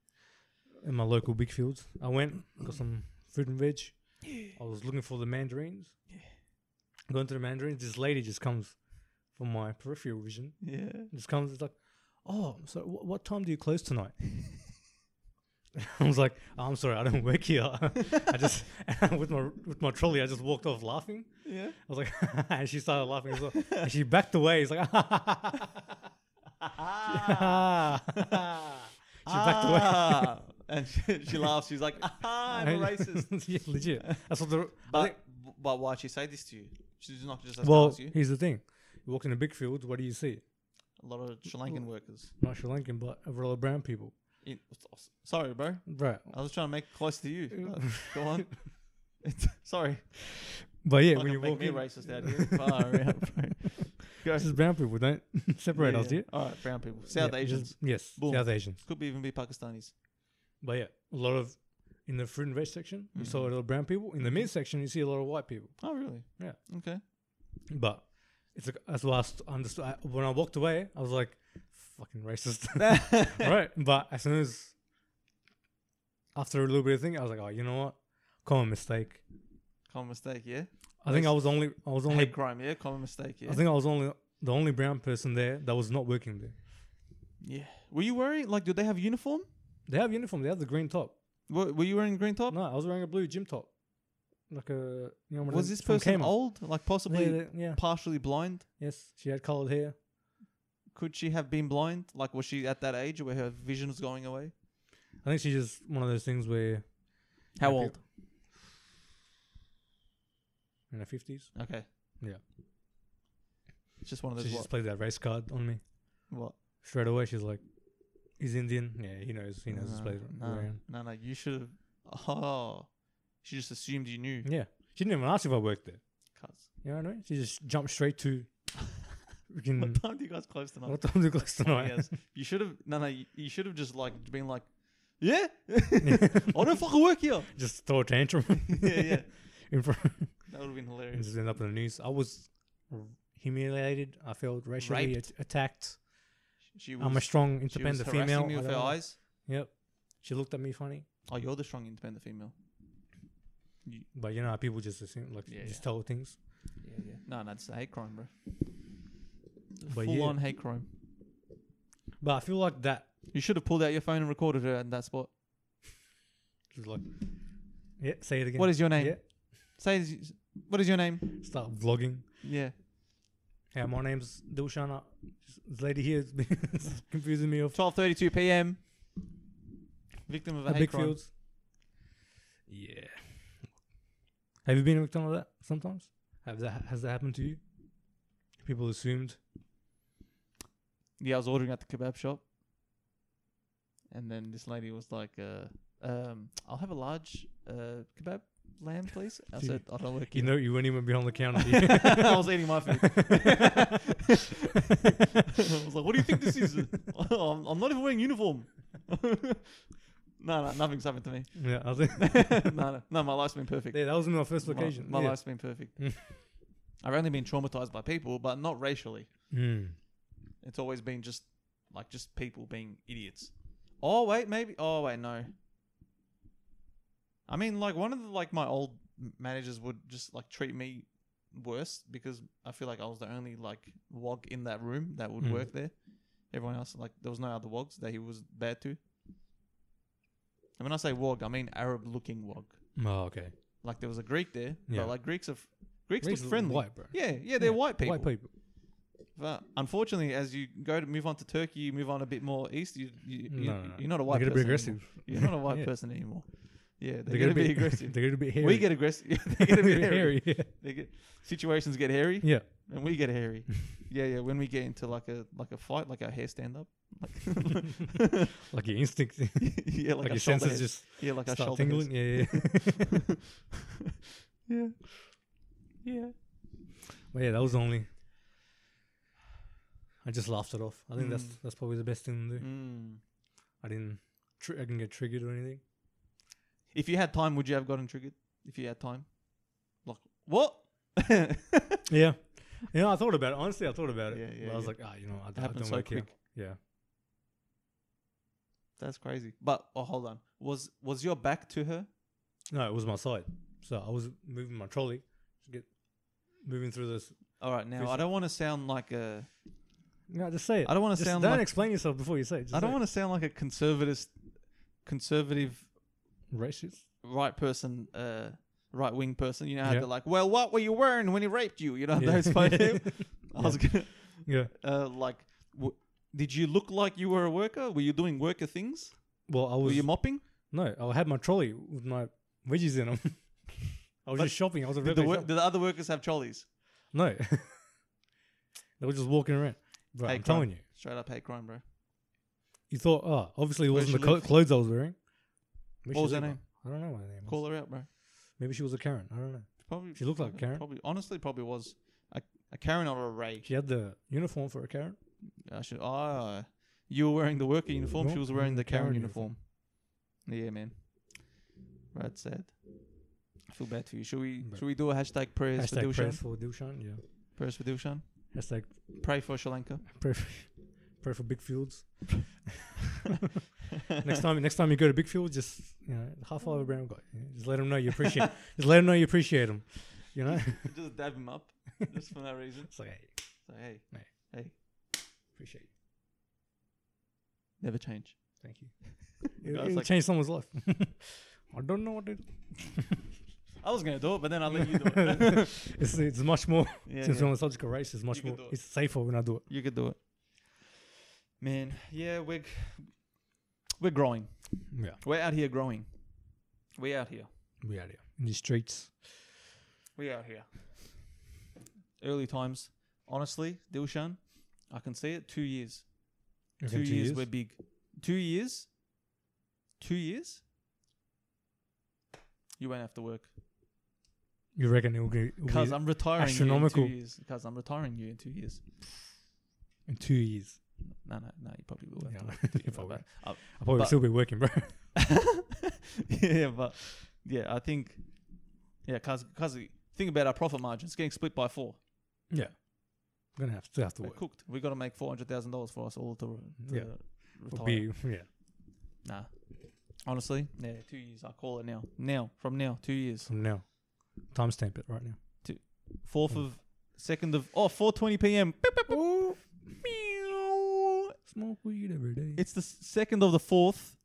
In my local big fields, I went got some fruit and veg. I was looking for the mandarins.
Yeah.
Going to the mandarins, this lady just comes from my peripheral vision.
Yeah.
just comes it's like, oh, so wh- what time do you close tonight? I was like, "Oh, I'm sorry, I don't work here. I just with my with my trolley, I just walked off laughing.
Yeah.
I was like, and she started laughing as well. And she backed away. It's like, she backed away.
Ah. and she, she laughs. She's like, "Ah, I'm a racist."
yeah, legit. That's what the. I
But
think-
but why'd she say this to you? She's not just as well,
well,
as you.
here's the thing. You walk in the big fields. What do you see?
A lot of Sri Lankan workers.
Not Sri Lankan, but Avrola brown people.
In, sorry, bro.
Right.
I was trying to make it close to you. but Go on. It's, sorry.
But yeah,
Fucking
when you
make
walk
me
in,
racist out here. Far out, bro. Go.
This is brown people. Don't separate
Yeah,
us, yeah?
yeah. All right, brown people, South
Yeah,
Asians,
just- Yes,
Boom.
South Asians.
could be even be Pakistanis.
But yeah, a lot of in the fruit and veg section, you saw a
Mm-hmm.
lot of brown people. In the meat section, you see a lot of white people.
Oh, really?
Yeah.
Okay.
But it's like, that's why I st- understood. I, when I walked away, I was like, fucking racist. right. But as soon as, after a little bit of thing, I was like, oh, you know what? Common mistake.
Common mistake, yeah.
I think I was only, I was only,
Hate crime, yeah. Common mistake, yeah.
I think I was only the only brown person there that was not working there.
Yeah. Were you wearing like? Do they have uniform?
They have uniform. They have the green top.
Were, were you wearing green top?
No, I was wearing a blue gym top. Like a you know, one of
was
them
this
from
person
Kmart.
old? Like possibly
Yeah, they- yeah.
partially blind?
Yes, she had coloured hair.
Could she have been blind? Like was she at that age where her vision was going away?
I think she's just one of those things where
How
Yeah,
old?
in her fifties,
Okay.
Yeah.
It's just one of
she
those.
just played that race card on me
What? what?
straight away. She's like, "He's Indian. Yeah, he knows. He knows this
no,
place."
no,
around."
no, no. You should have. Oh, she just assumed you knew.
Yeah, she didn't even ask if I worked there.
Cuz.
You know what I mean? She just jumped straight to. freaking,
What time do you guys close tonight?
what time do you close tonight?
Yes. You should have. No, no. You, you should have just like been like, yeah. I don't fucking work here.
just throw a tantrum
yeah, yeah.
in front.
That would have been
and
hilarious.
just end up in the news. I was humiliated. I felt racially
Raped.
at- attacked.
She was,
I'm a strong,
she was
independent
harassing
female.
me
I
with
don't
her
know.
eyes.
Yep. She looked at me funny,
Oh, you're the strong, independent female. You,
but you know, how people just assume, like,
Yeah,
just
yeah.
tell things.
yeah, yeah. No, no, it's a hate crime, bro.
But
Full
yeah.
on hate crime.
But I feel like that,
You should have pulled out your phone and recorded her at that spot.
is like, yeah, say it again.
What is your name?
Yeah.
Say, s- what is your name?
Start vlogging.
Yeah.
Yeah, my name's Dilshana. This lady here is confusing me. Of
12:32 p.m. Victim of a
the
hate
big
crime.
fields. Yeah. Have you been a victim of that sometimes? Have that has that happened to you? People assumed
Yeah, I was ordering at the kebab shop, and then this lady was like, uh, um, "I'll have a large uh, kebab lamb, please." I
Dude,
said, "I don't work
You
here."
know, you weren't even behind the counter.
I was eating my food. I was like, "What do you think this is? I'm, I'm not even wearing uniform." no, no, nothing's happened to me.
yeah, I think
no, no, no, my life's been perfect.
yeah, that was my first
My-
occasion.
My,
yeah.
life's been perfect. I've only been traumatized by people, but not racially.
Mm.
It's always been just like just people being idiots. Oh wait, maybe. Oh wait, no. I mean, like one of the like my old m- managers would just like treat me worse because I feel like I was the only like wog in that room that would
Mm.
work there. Everyone else, like, there was no other wogs that he was bad to. And when I say wog, I mean Arab-looking wog.
Oh, okay.
Like there was a Greek there,
Yeah.
but like Greeks are f- Greeks,
Greeks
look
look
friendly.
white, bro.
Yeah, yeah, they're
Yeah,
white people.
White people.
But unfortunately, as you go to move on to Turkey, you move on a bit more east. You, you, you
No, no, no.
you're not a white.
They get a
person
bit aggressive.
Anymore. You're not a white
Yeah.
person anymore. Yeah, they,
They
get,
get
a
a
bit
bit-
aggressive.
They get a bit hairy.
We get aggressive. they get a bit hairy.
Yeah.
They get situations get hairy,
yeah.
and we get hairy. yeah, yeah. When we get into like a like a fight, like our hair stand up. Like
Like your instincts, like,
yeah, like, our
your
shoulder
senses
hairs.
just
yeah, like our
start
shoulder. hairs.
tingling. Yeah, yeah.
yeah, yeah.
But yeah, that was the only. I just laughed it off. I think that's
Mm.
that's probably the best thing to do.
Mm.
I didn't. Tri- I didn't get triggered or anything.
If you had time, would you have gotten triggered? If you had time, like what?
Yeah. You know, I thought about it. Honestly, I thought about it.
Yeah, yeah,
but I was
yeah.
like, ah, you know, I,
It
I
happened
don't
so
work here.
quick.
Yeah.
That's crazy. But oh, hold on. Was was your back to her?
No, it was my side. So I was moving my trolley, to get moving through this.
All right. Now
This-
I don't want to sound like a.
No, just say it.
I don't want to
Just
sound
don't
like.
explain yourself before you say it. Just
I don't
say
want to sound like a conservative, conservative
it. racist.
right person, uh, right wing person. You know how
Yeah.
they're like, well, what were you wearing when he raped you? You know
Yeah.
those type of people? I was gonna,
Yeah.
uh, like, w- did you look like you were a worker? Were you doing worker things?
Well, I
Were
was
you mopping?
no. I had my trolley with my wedgies in them. I was
But
just shopping. I was a
Did the,
regular
wor-
shop-
did the other workers have trolleys?
No. they were just walking around. Bro,
Hey,
I'm
crime.
telling you.
Straight up hate crime, bro.
You thought, oh, obviously it
Where
wasn't the
she
clo-
live?
clothes I was wearing. Maybe
What
she
was her
live-
name?
I don't know what her name was.
Call her out, bro.
Maybe she was a Karen. I don't know.
Probably
She looked like a Karen.
Probably honestly, probably was a, a Karen or a Ray.
She had the uniform for a Karen.
I should. Ah, you were wearing the worker uniform. She
Nope,
was wearing the Karen,
Karen
uniform. Yeah, man. Right, sad. I feel bad for you. Should we?
Bro.
Should we do a hashtag prayers for
Hashtag
Dilshan?
prayers for Dilshan. Yeah.
Prayers for Dilshan.
Hashtag
Pray for Sri Lanka.
pray for, pray for big fields. next time, next time you go to big field, just you know, high five a brown guy. you know, Just let him know you appreciate. just let him know you appreciate him. You know,
Just dab him up, just for no reason.
it's like hey,
So hey,
Hey.
hey,
appreciate you.
never change.
Thank you.
You
It,
guys
it'll
like-
change someone's life. I don't know what it.
I was gonna do it, but then I let you do it.
It's, it's much more
yeah,
since
yeah.
we're on the subject of race. It's much
You can
more.
do it.
It's safer when I do it.
You could do it, man. Yeah, we're g- we're growing.
Yeah,
We're out here growing. We out here.
we out here in the streets.
We out here. Early times, honestly, Dilshan, I can see it. Two years.
You
Two
reckon
years, we're big. Two years. Two years. You won't have to work
You reckon it will be, it'll be
because I'm retiring.
astronomical.
You in two years. Because I'm retiring you in two years.
in two years?
No, no, no. You probably will. Have
Yeah,
to work in two
if I
years,
were.
but-
I'll probably
But-
still be working, bro.
yeah, but yeah, I think yeah, cause cause think about our profit margin. It's getting split by four.
yeah, I'm gonna have still have to
We're
work.
cooked. We got to make four hundred thousand dollars for us all to, to
Yeah.
retire.
Be, yeah,
Nah, honestly, yeah, two years. I call it now. Now, from now, two years.
from now, timestamp it right now.
Fourth of second of oh, four twenty p.m. Beep, beep, beep. Meow.
Smoke weed every day.
It's the s- second of the fourth.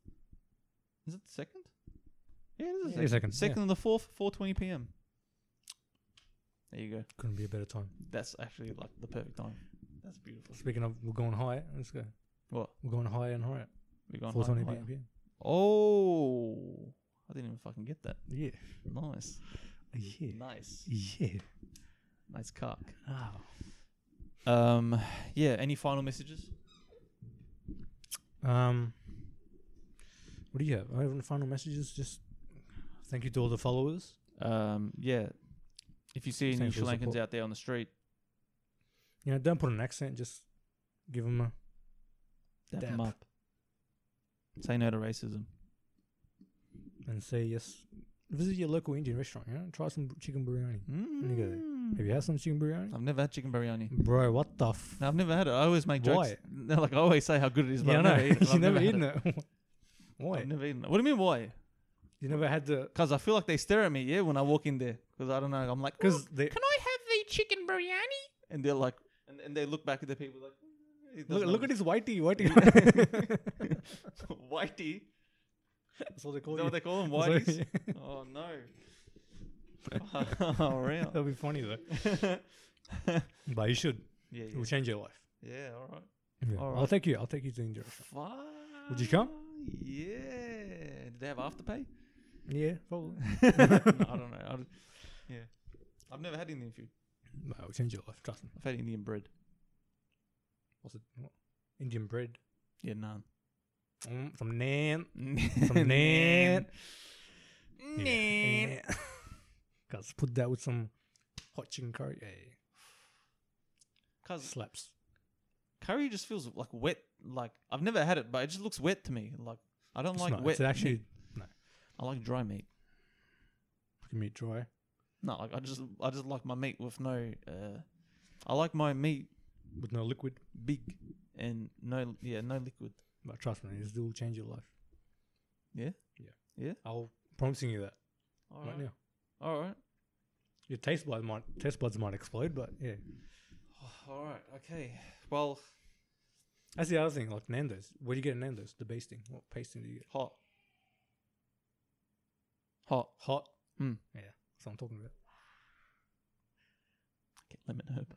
Is it the second? Yeah, it is the
Yeah, second, yeah.
Second of the fourth, four twenty p.m. There you go.
couldn't be a better time.
That's actually like the perfect time. That's beautiful.
Speaking of, we're going higher. Let's go.
What?
We're going higher and higher.
We gone
Four
higher
twenty
and higher.
BPM.
Oh, I didn't even fucking get that.
Yeah,
Nice,
yeah,
nice,
yeah.
nice cock.
Wow.
Um, yeah. Any final messages?
Um, what do you have? I have any final messages. Just thank you to all the followers.
Um, yeah. If you see any
Thanks for
Sri
the
Lankans
support.
out there on the street,
You know, don't put an accent. Just give them a
dap 'em
Dap.
up. Say no to racism.
and say yes. Visit your local Indian restaurant. You know, try some chicken biryani. you go. Have you had some chicken biryani?
Mm. I've never had chicken biryani.
Bro, what the? F-
No, I've never had it. I always make jokes.
Why?
No, like I always say how good it is, but
yeah, I
I've
know.
never eaten it. I've
you never
had
eaten it. Why?
I've never eaten it. What do you mean why?
You never had the
Because I feel like they stare at me, yeah, when I walk in there. Because I don't know. I'm like, "Oh,
because they
can I have the chicken biryani? And they're like, and, and they look back at the people like, "Mm, It
Look,
does
look
not-
at his whitey, whitey.
Whitey.
That's what they
Is
call
that what
you.
they call them?
That's what-
Whiteys? oh no. oh, real.
That'll be funny though.
yeah,
But you should. It
yeah.
will change your life.
Yeah, all right.
Yeah.
All
I'll
right.
take you. I'll take you to India.
Fuck.
Would you come?
Yeah. Did they have afterpay?
Yeah, probably.
no, I don't know. I don't- yeah. I've never had Indian food.
No, it will change your life. Trust me.
I've had Indian bread.
What's it? What? Indian bread.
Yeah, none.
Mm, from Nan.
From
Nan. Yeah. Guys, put that with some hot chicken curry. Hey,
Cause
slaps.
curry just feels like wet. Like I've never had it, but it just looks wet to me. Like I don't
It's
like
not-
wet.
It's actually
meat. I like dry meat.
fucking meat dry.
No, like I just I just like my meat with no. Uh, I like my meat
with no liquid.
big and no yeah no liquid.
But trust me, it will change your life.
Yeah?
Yeah.
Yeah?
I'll promising you that
All
right, now.
All right.
Your taste buds might taste buds might explode, but yeah.
All right. Okay. Well,
That's the other thing, like Nando's. Where do you get Nando's? The basting. What pasting do you get?
hot. Hot.
Hot.
Hmm.
Yeah. That's what I'm talking about.
Get lemon herb.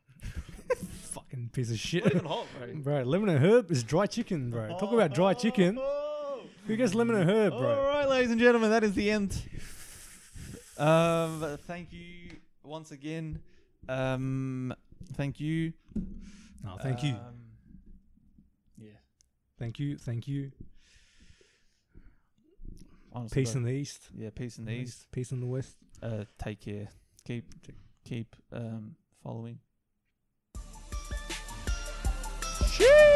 Fucking piece of
Not
shit.
even hot, bro.
bro, lemon and herb is dry chicken, bro. Talk about dry chicken.
Oh,
Who gets lemon and herb,
All
bro?
right, ladies and gentlemen, that is the end. Um, thank you once again. Um, thank you.
No, thank you.
Um, yeah.
Thank you. Thank you.
Honestly,
Peace
bro.
in the east.
yeah, peace in the east.
Peace in the west.
Uh, take care. Keep
Take-
keep um following.
Cheers.